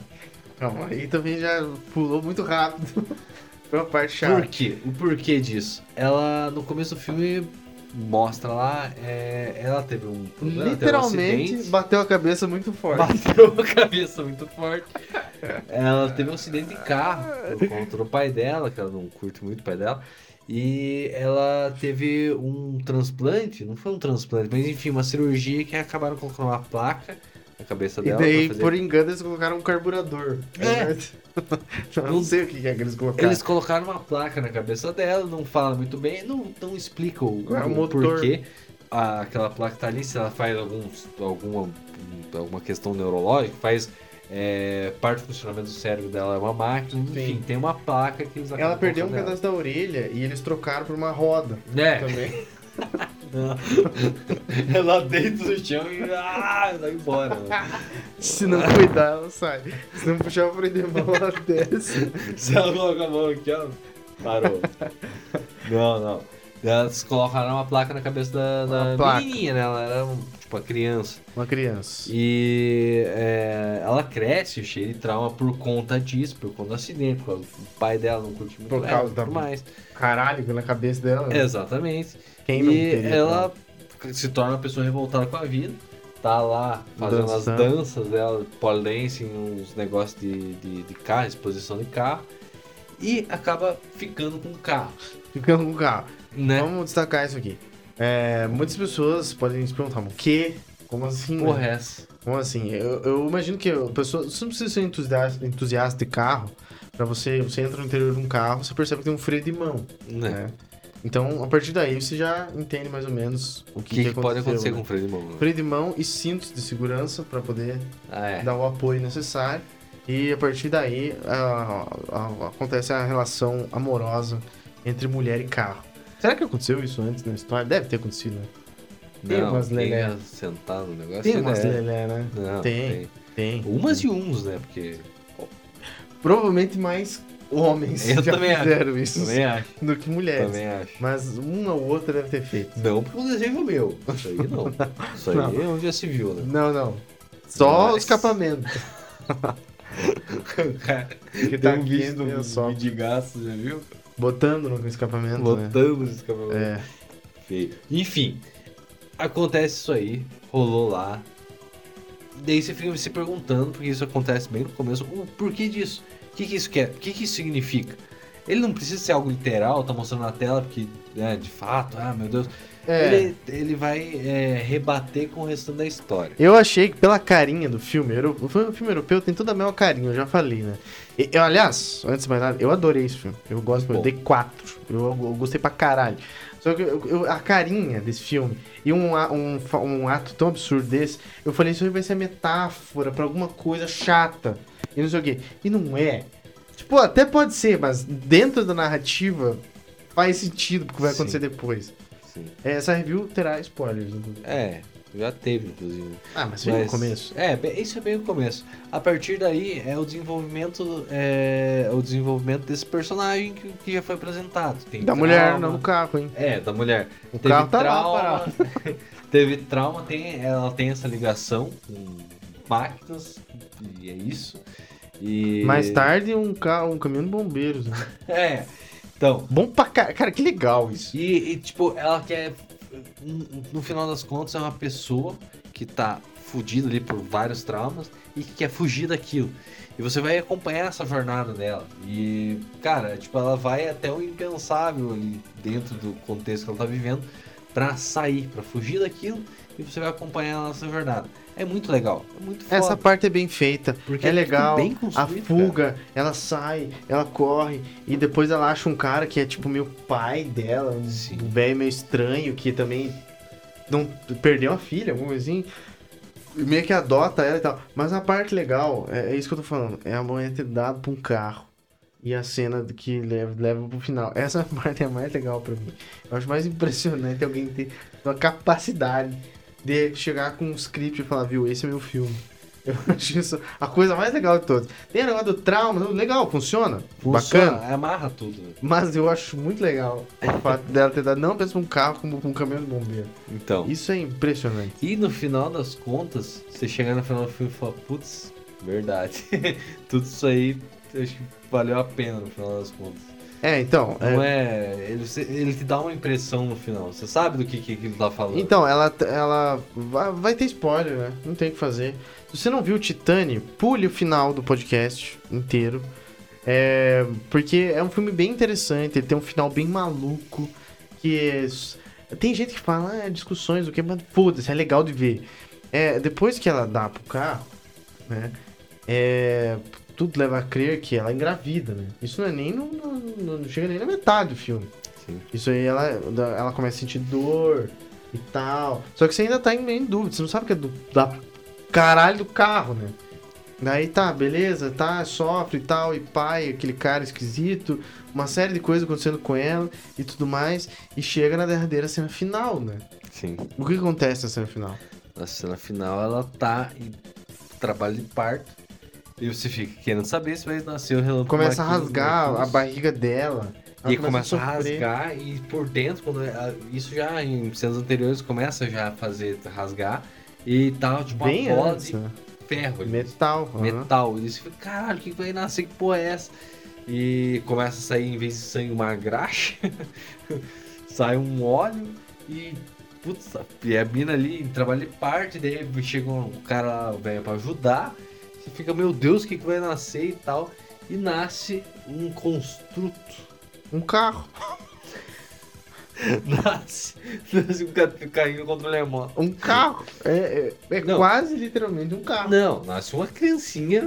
Calma, aí também já pulou muito rápido. Foi uma parte chata.
Por quê? O porquê disso? Ela, no começo do filme, mostra lá, é, ela teve um problema, teve um
Literalmente
acidente.
bateu a cabeça muito forte.
Bateu a cabeça muito forte. Ela teve um acidente de carro por conta do pai dela, que ela não curte muito o pai dela. E ela teve um transplante, não foi um transplante, mas enfim, uma cirurgia que acabaram colocando uma placa na cabeça
E
dela.
daí,
pra fazer-
por engano, eles colocaram um carburador. né?
É.
Eu não sei o que é que eles colocaram.
Eles colocaram uma placa na cabeça dela, não fala muito bem, não, não explica o,
É, o
o
motor.
porquê a- aquela placa tá ali, se ela faz algum, alguma, alguma questão neurológica, faz é, parte do funcionamento do cérebro dela é uma máquina, enfim,
Sim.
tem uma placa que eles
Ela
acabam
perdeu um
colocando
pedaço da orelha e eles trocaram por uma roda
nela. É,
também.
ela deita no chão e ah, vai embora. né?
Se não cuidar, ela sai. Se não puxar o freio de mão, ela desce.
Se ela coloca a mão aqui, ó, parou. Não, não. Elas colocaram uma placa na cabeça da,
Uma
da
placa.
menininha, né? Ela era um, tipo a criança.
Uma criança.
E é, ela cresce cheia de trauma por conta disso, por conta do acidente, por causa do pai dela não curte muito
Por
ela,
causa da-
tudo mais.
Caralho, na cabeça dela. um
Exatamente.
Quem não
É, E
teria
ela se torna uma pessoa revoltada com a vida. Tá lá fazendo
Dançando.
as danças dela, pole dancing, uns negócios de, de, de carro, exposição de carro. E acaba ficando com o carro,
Ficando com o carro.
né?
Vamos destacar isso aqui. É, muitas pessoas podem se perguntar, mas o quê? Como assim? né?
Porra, essa.
Como assim? Eu, eu imagino que a pessoa. Você não precisa ser entusiasta, entusiasta de carro. Pra você, você entra no interior de um carro, você percebe que tem um freio de mão.
Né?
né? Então, a partir daí, você já entende mais ou menos o
O
que,
que, que pode acontecer
aconteceu,
com o
né?
freio de mão? né?
freio de mão e cintos de segurança pra poder
Ah, é.
dar o apoio necessário. E a partir daí a- a- acontece a relação amorosa entre mulher e carro. Será que aconteceu isso antes na história? Deve ter acontecido, né? Tem
Não,
umas
quem
lelé.
ia sentar no negócio.
Tem umas
né?
lelé, né?
Não,
Tem. Tem.
Umas e uns, né? Porque.
Provavelmente mais homens
Eu
já
também acho.
fizeram isso
acho.
do que mulheres.
Também acho.
Mas uma ou outra deve ter feito.
Não porque o desenho é meu. Isso aí não. Isso aí
Não.
é onde já se viu, né?
Não, não. Só o
Mas-
escapamento.
O cara
Que
tem
tá
um vídeo
aqui
do
no só
Vidigaço, já viu?
botando no escapamento, né?
Lotando esse cabelo.
É.
Feio. Enfim, acontece isso aí. Rolou lá. Daí você fica se perguntando, porque isso acontece bem no começo, o porquê disso? O que, que isso quer? O que, que isso significa? Ele não precisa ser algo literal, tá mostrando na tela, porque, né, de fato, ah, meu Deus,
É.
Ele, ele vai é, rebater com o restante da história.
Eu achei que pela carinha do filme, euro- o filme o filme europeu tem toda a mesma carinha, eu já falei, né? E- eu, aliás, antes de mais nada, eu adorei esse filme. Eu gosto, eu
Bom.
dei quatro. Eu, eu gostei pra caralho. Só que eu- eu- a carinha desse filme e um, a- um, fa- um ato tão absurdo desse, eu falei, isso aí vai ser metáfora pra alguma coisa chata e não sei o quê. E não é. Tipo, até pode ser, mas dentro da narrativa faz sentido porque vai acontecer depois. É, Essa review terá spoilers, né? inclusive.
É, já teve, inclusive.
Ah, mas veio no
Mas-
começo.
É, bem- isso é bem o começo. A partir daí é o desenvolvimento, é, o desenvolvimento desse personagem que, que já foi apresentado. Tem
Da
trauma.
mulher, não do carro, hein?
É, da mulher.
O carro tá
trauma,
lá parado.
Teve trauma, tem, ela tem essa ligação com máquinas, e é isso. E...
Mais tarde, um, carro, um caminhão de bombeiros. Né?
É, então,
Bom pra cara. Cara, que legal isso.
E, e, tipo, ela quer. No final das contas, é uma pessoa que tá fudida ali por vários traumas e que quer fugir daquilo. E você vai acompanhar essa jornada dela. E, cara, tipo, ela vai até o impensável ali dentro do contexto que ela tá vivendo pra sair, pra fugir daquilo. E você vai acompanhar ela nessa jornada. É muito legal. É muito foda.
Essa parte é bem feita,
Porque
é
é tudo
legal.
bem
a
construído,
fuga, ela sai, ela corre e depois ela acha um cara que é tipo meio pai dela, um
Sim.
um velho meio estranho que também não perdeu a filha, alguma coisa assim. E Meio que adota ela e tal. Mas a parte legal, é, é isso que eu tô falando, é a mulher ter dado pra um carro. E a cena do que leva, leva pro final. Essa parte é a mais legal pra mim. Eu acho mais impressionante alguém ter uma capacidade de chegar com um script e falar, viu, esse é meu filme. Eu acho isso a coisa mais legal de todas. Tem o negócio do trauma, legal, funciona,
Funciona,
bacana.
Amarra tudo.
Mas eu acho muito legal o fato dela ter dado não apenas pra um carro, como pra um caminhão de bombeiro.
Então.
Isso é impressionante.
E no final das contas, você chegar no final do filme e falar, putz, verdade. Tudo isso aí eu acho que valeu a pena no final das contas.
É, então. é-
Não é. Ele, você- ele te dá uma impressão no final. Você sabe do que, que ele tá falando.
Então, ela, ela vai, vai ter spoiler, né? Não tem o que fazer. Se você não viu o Titane, pule o final do podcast inteiro. É, porque é um filme bem interessante, ele tem um final bem maluco. Que é s- tem gente que fala, ah, discussões, o que, mas foda-se, é legal de ver. É, depois que ela dá pro carro, né? é, tudo leva a crer que ela engravida, né? Isso não é nem no, no- não chega nem na metade do filme.
Sim.
Isso aí ela, ela começa a sentir dor e tal. Só que você ainda tá em, em dúvida, você não sabe o que é do, da caralho do carro, né? Daí tá, beleza, tá, sofre e tal, e pai, aquele cara esquisito, uma série de coisas acontecendo com ela e tudo mais, e chega na derradeira cena final, né?
Sim.
O que acontece na cena final?
Na cena final ela tá em trabalho de parto. E você fica querendo saber se vai nascer o relâmpago.
Começa a
Marquinhos,
rasgar a
Marquinhos.
barriga dela. ela
E começa a
sofrer.
rasgar e por dentro, quando ela- isso já em cenas anteriores começa já a fazer rasgar e tal, tipo
Bem
uma bola
antes,
de
né?
ferro. ali.
Metal. aham.
metal. E você fica, caralho, o que que vai nascer? Que porra é essa? E começa a sair, em vez de sangue, uma graxa. Sai um óleo e. Putz, e a mina ali trabalha de parte, daí chega um cara lá, o velho, pra ajudar. Você fica, meu Deus, o que, que vai nascer e tal. E nasce um construto.
Um carro.
Nasce, nasce um ca- carrinho do controle remoto.
Um carro. É, é, é
Não.
quase literalmente um carro.
Ah, Não, nasce uma criancinha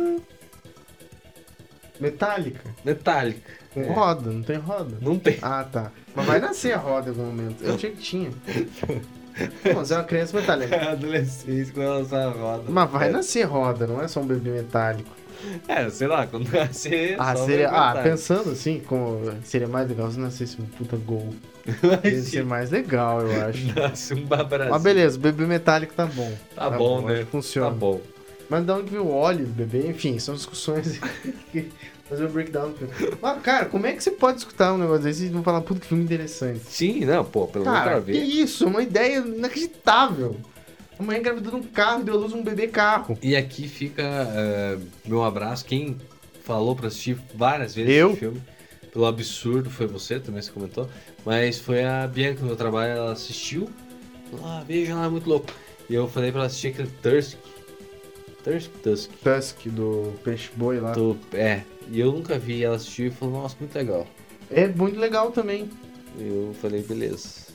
Metálica.
metálica.
Com
É.
roda, não tem roda.
Não tem.
Ah, tá. Mas vai nascer a roda em algum momento. Eu achei que tinha. Não, mas é uma criança metálica.
Adolescência quando ela sai a roda.
Mas vai
É.
nascer roda, não é só um bebê metálico.
É, sei lá, quando nascer. é
Ah,
só um
seria,
vai
ah
inventar.
pensando assim, como seria mais legal se nascesse um puta gol. Ia
Mas
ser mais legal, eu acho.
Nasce um babrazinho.
Mas beleza, o bebê metálico tá bom.
Tá, bom,
acho
né?
que Funciona.
Tá bom.
Mas da onde veio o óleo do bebê? Enfim, são discussões. que- Fazer um breakdown. do filme. Mas, cara, como é que você pode escutar um negócio desse e não falar, puta que filme interessante?
Sim, não, pô, pelo
Cara,
outra
que
vez.
isso? Uma ideia inacreditável. A mulher engravidou num carro e deu à luz a um bebê carro.
E aqui fica eh, meu abraço. Quem falou pra assistir várias vezes
Eu?
esse filme, pelo absurdo, foi você também, você comentou. Mas foi a Bianca no meu trabalho, ela assistiu. Lá, veja lá, é muito louco. E eu falei pra ela assistir aquele Tusk. Tusk, Tusk.
Tusk do peixe boi lá.
Do- é, e eu nunca vi e ela assistiu e falou, nossa, muito legal.
É muito legal também.
Eu falei, beleza.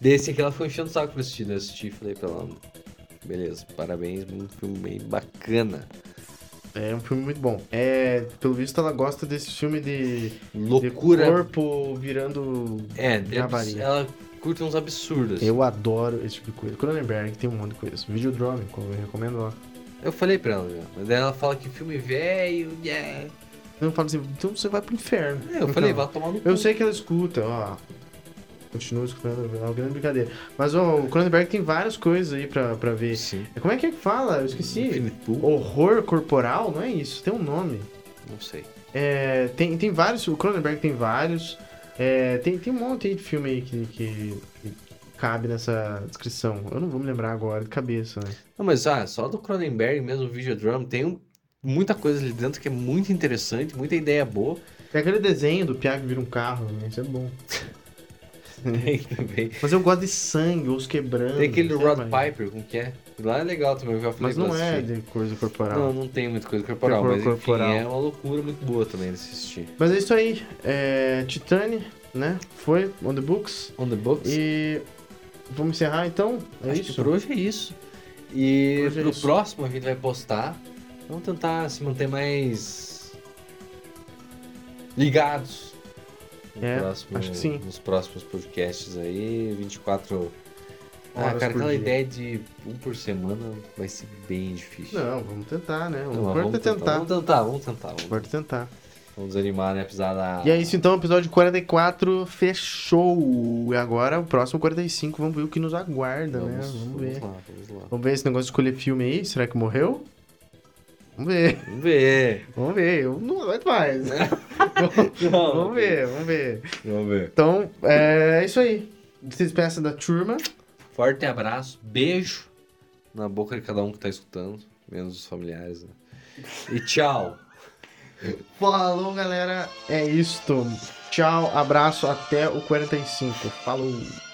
Desse aqui ela foi enchendo o saco pra assistir, daí eu assisti e falei pra ela, beleza, parabéns, um filme bem bacana.
É um filme muito bom. É, pelo visto ela gosta desse filme de, de
Loucura.
corpo virando.
É, de abs-
Javari.
ela curte uns absurdos.
Eu adoro esse tipo de coisa. Cronenberg tem um monte de coisa. Videodrome, como eu recomendo lá.
Eu falei pra ela, já, mas daí ela fala que filme velho, yeah.
Eu falo assim, então você vai pro inferno.
É, Eu falei,
Então,
vai tomar no cu.
Eu sei que ela escuta, ó. Continua escutando, é uma grande brincadeira. Mas ó, o Cronenberg tem várias coisas aí pra, pra ver.
Sim.
Como é que é que fala? Eu esqueci.
Infinite Pool?
Horror corporal? Não é isso, tem um nome.
Não sei.
É, tem, tem vários, o Cronenberg tem vários. É, tem, tem um monte aí de filme aí que, que, que cabe nessa descrição. Eu não vou me lembrar agora de cabeça, né?
Não, mas ah, só do Cronenberg mesmo, o Videodrum, tem um- muita coisa ali dentro que é muito interessante, muita ideia boa.
Tem aquele desenho do Piá que vira um carro, né? Isso é bom.
Tem também.
Mas eu gosto de sangue, os quebrando.
Tem aquele
Hum, sei
Rod
lá.
Piper, como que é? Lá é legal também, eu já falei
Mas não
pra
é
assistir.
de coisa corporal.
Não, não tem muita coisa corporal,
Tem
mas enfim,
corporal.
é uma loucura muito boa também de assistir.
Mas é isso aí. É, Titane, né? Foi on the books.
On the Books?
E vamos encerrar então? É
acho que
isso?
por hoje é isso. E
Por hoje é
pro
isso.
próximo a gente vai postar. Vamos tentar se manter mais ligados. no
É, acho que sim.
Nos próximos podcasts aí, 24 Ah,
Horas
cara,
por
aquela
dia.
ideia de um por semana vai ser bem difícil.
Não, vamos tentar, né?
Não,
Vamos,
mas
vamos tentar.
Então, Vamos tentar, vamos tentar. Vamos,
Pode tentar.
vamos desanimar, né? Apesar da.
E é isso então, episódio 44 fechou. E agora o próximo 45, vamos ver o que nos aguarda,
Vamos,
né? Vamos ver.
vamos lá, vamos lá.
Vamos ver esse negócio de escolher filme aí. Será que morreu? Vamos ver,
Vamos ver.
vamos ver. Eu não aguento mais. né? vamos ver, vamos ver.
Vamos ver.
Então, é isso aí. Se despeça da turma.
Forte abraço, beijo na boca de cada um que tá escutando, menos os familiares, né? E tchau.
Falou, galera. É isto. Tchau, abraço. Até o 45. Falou.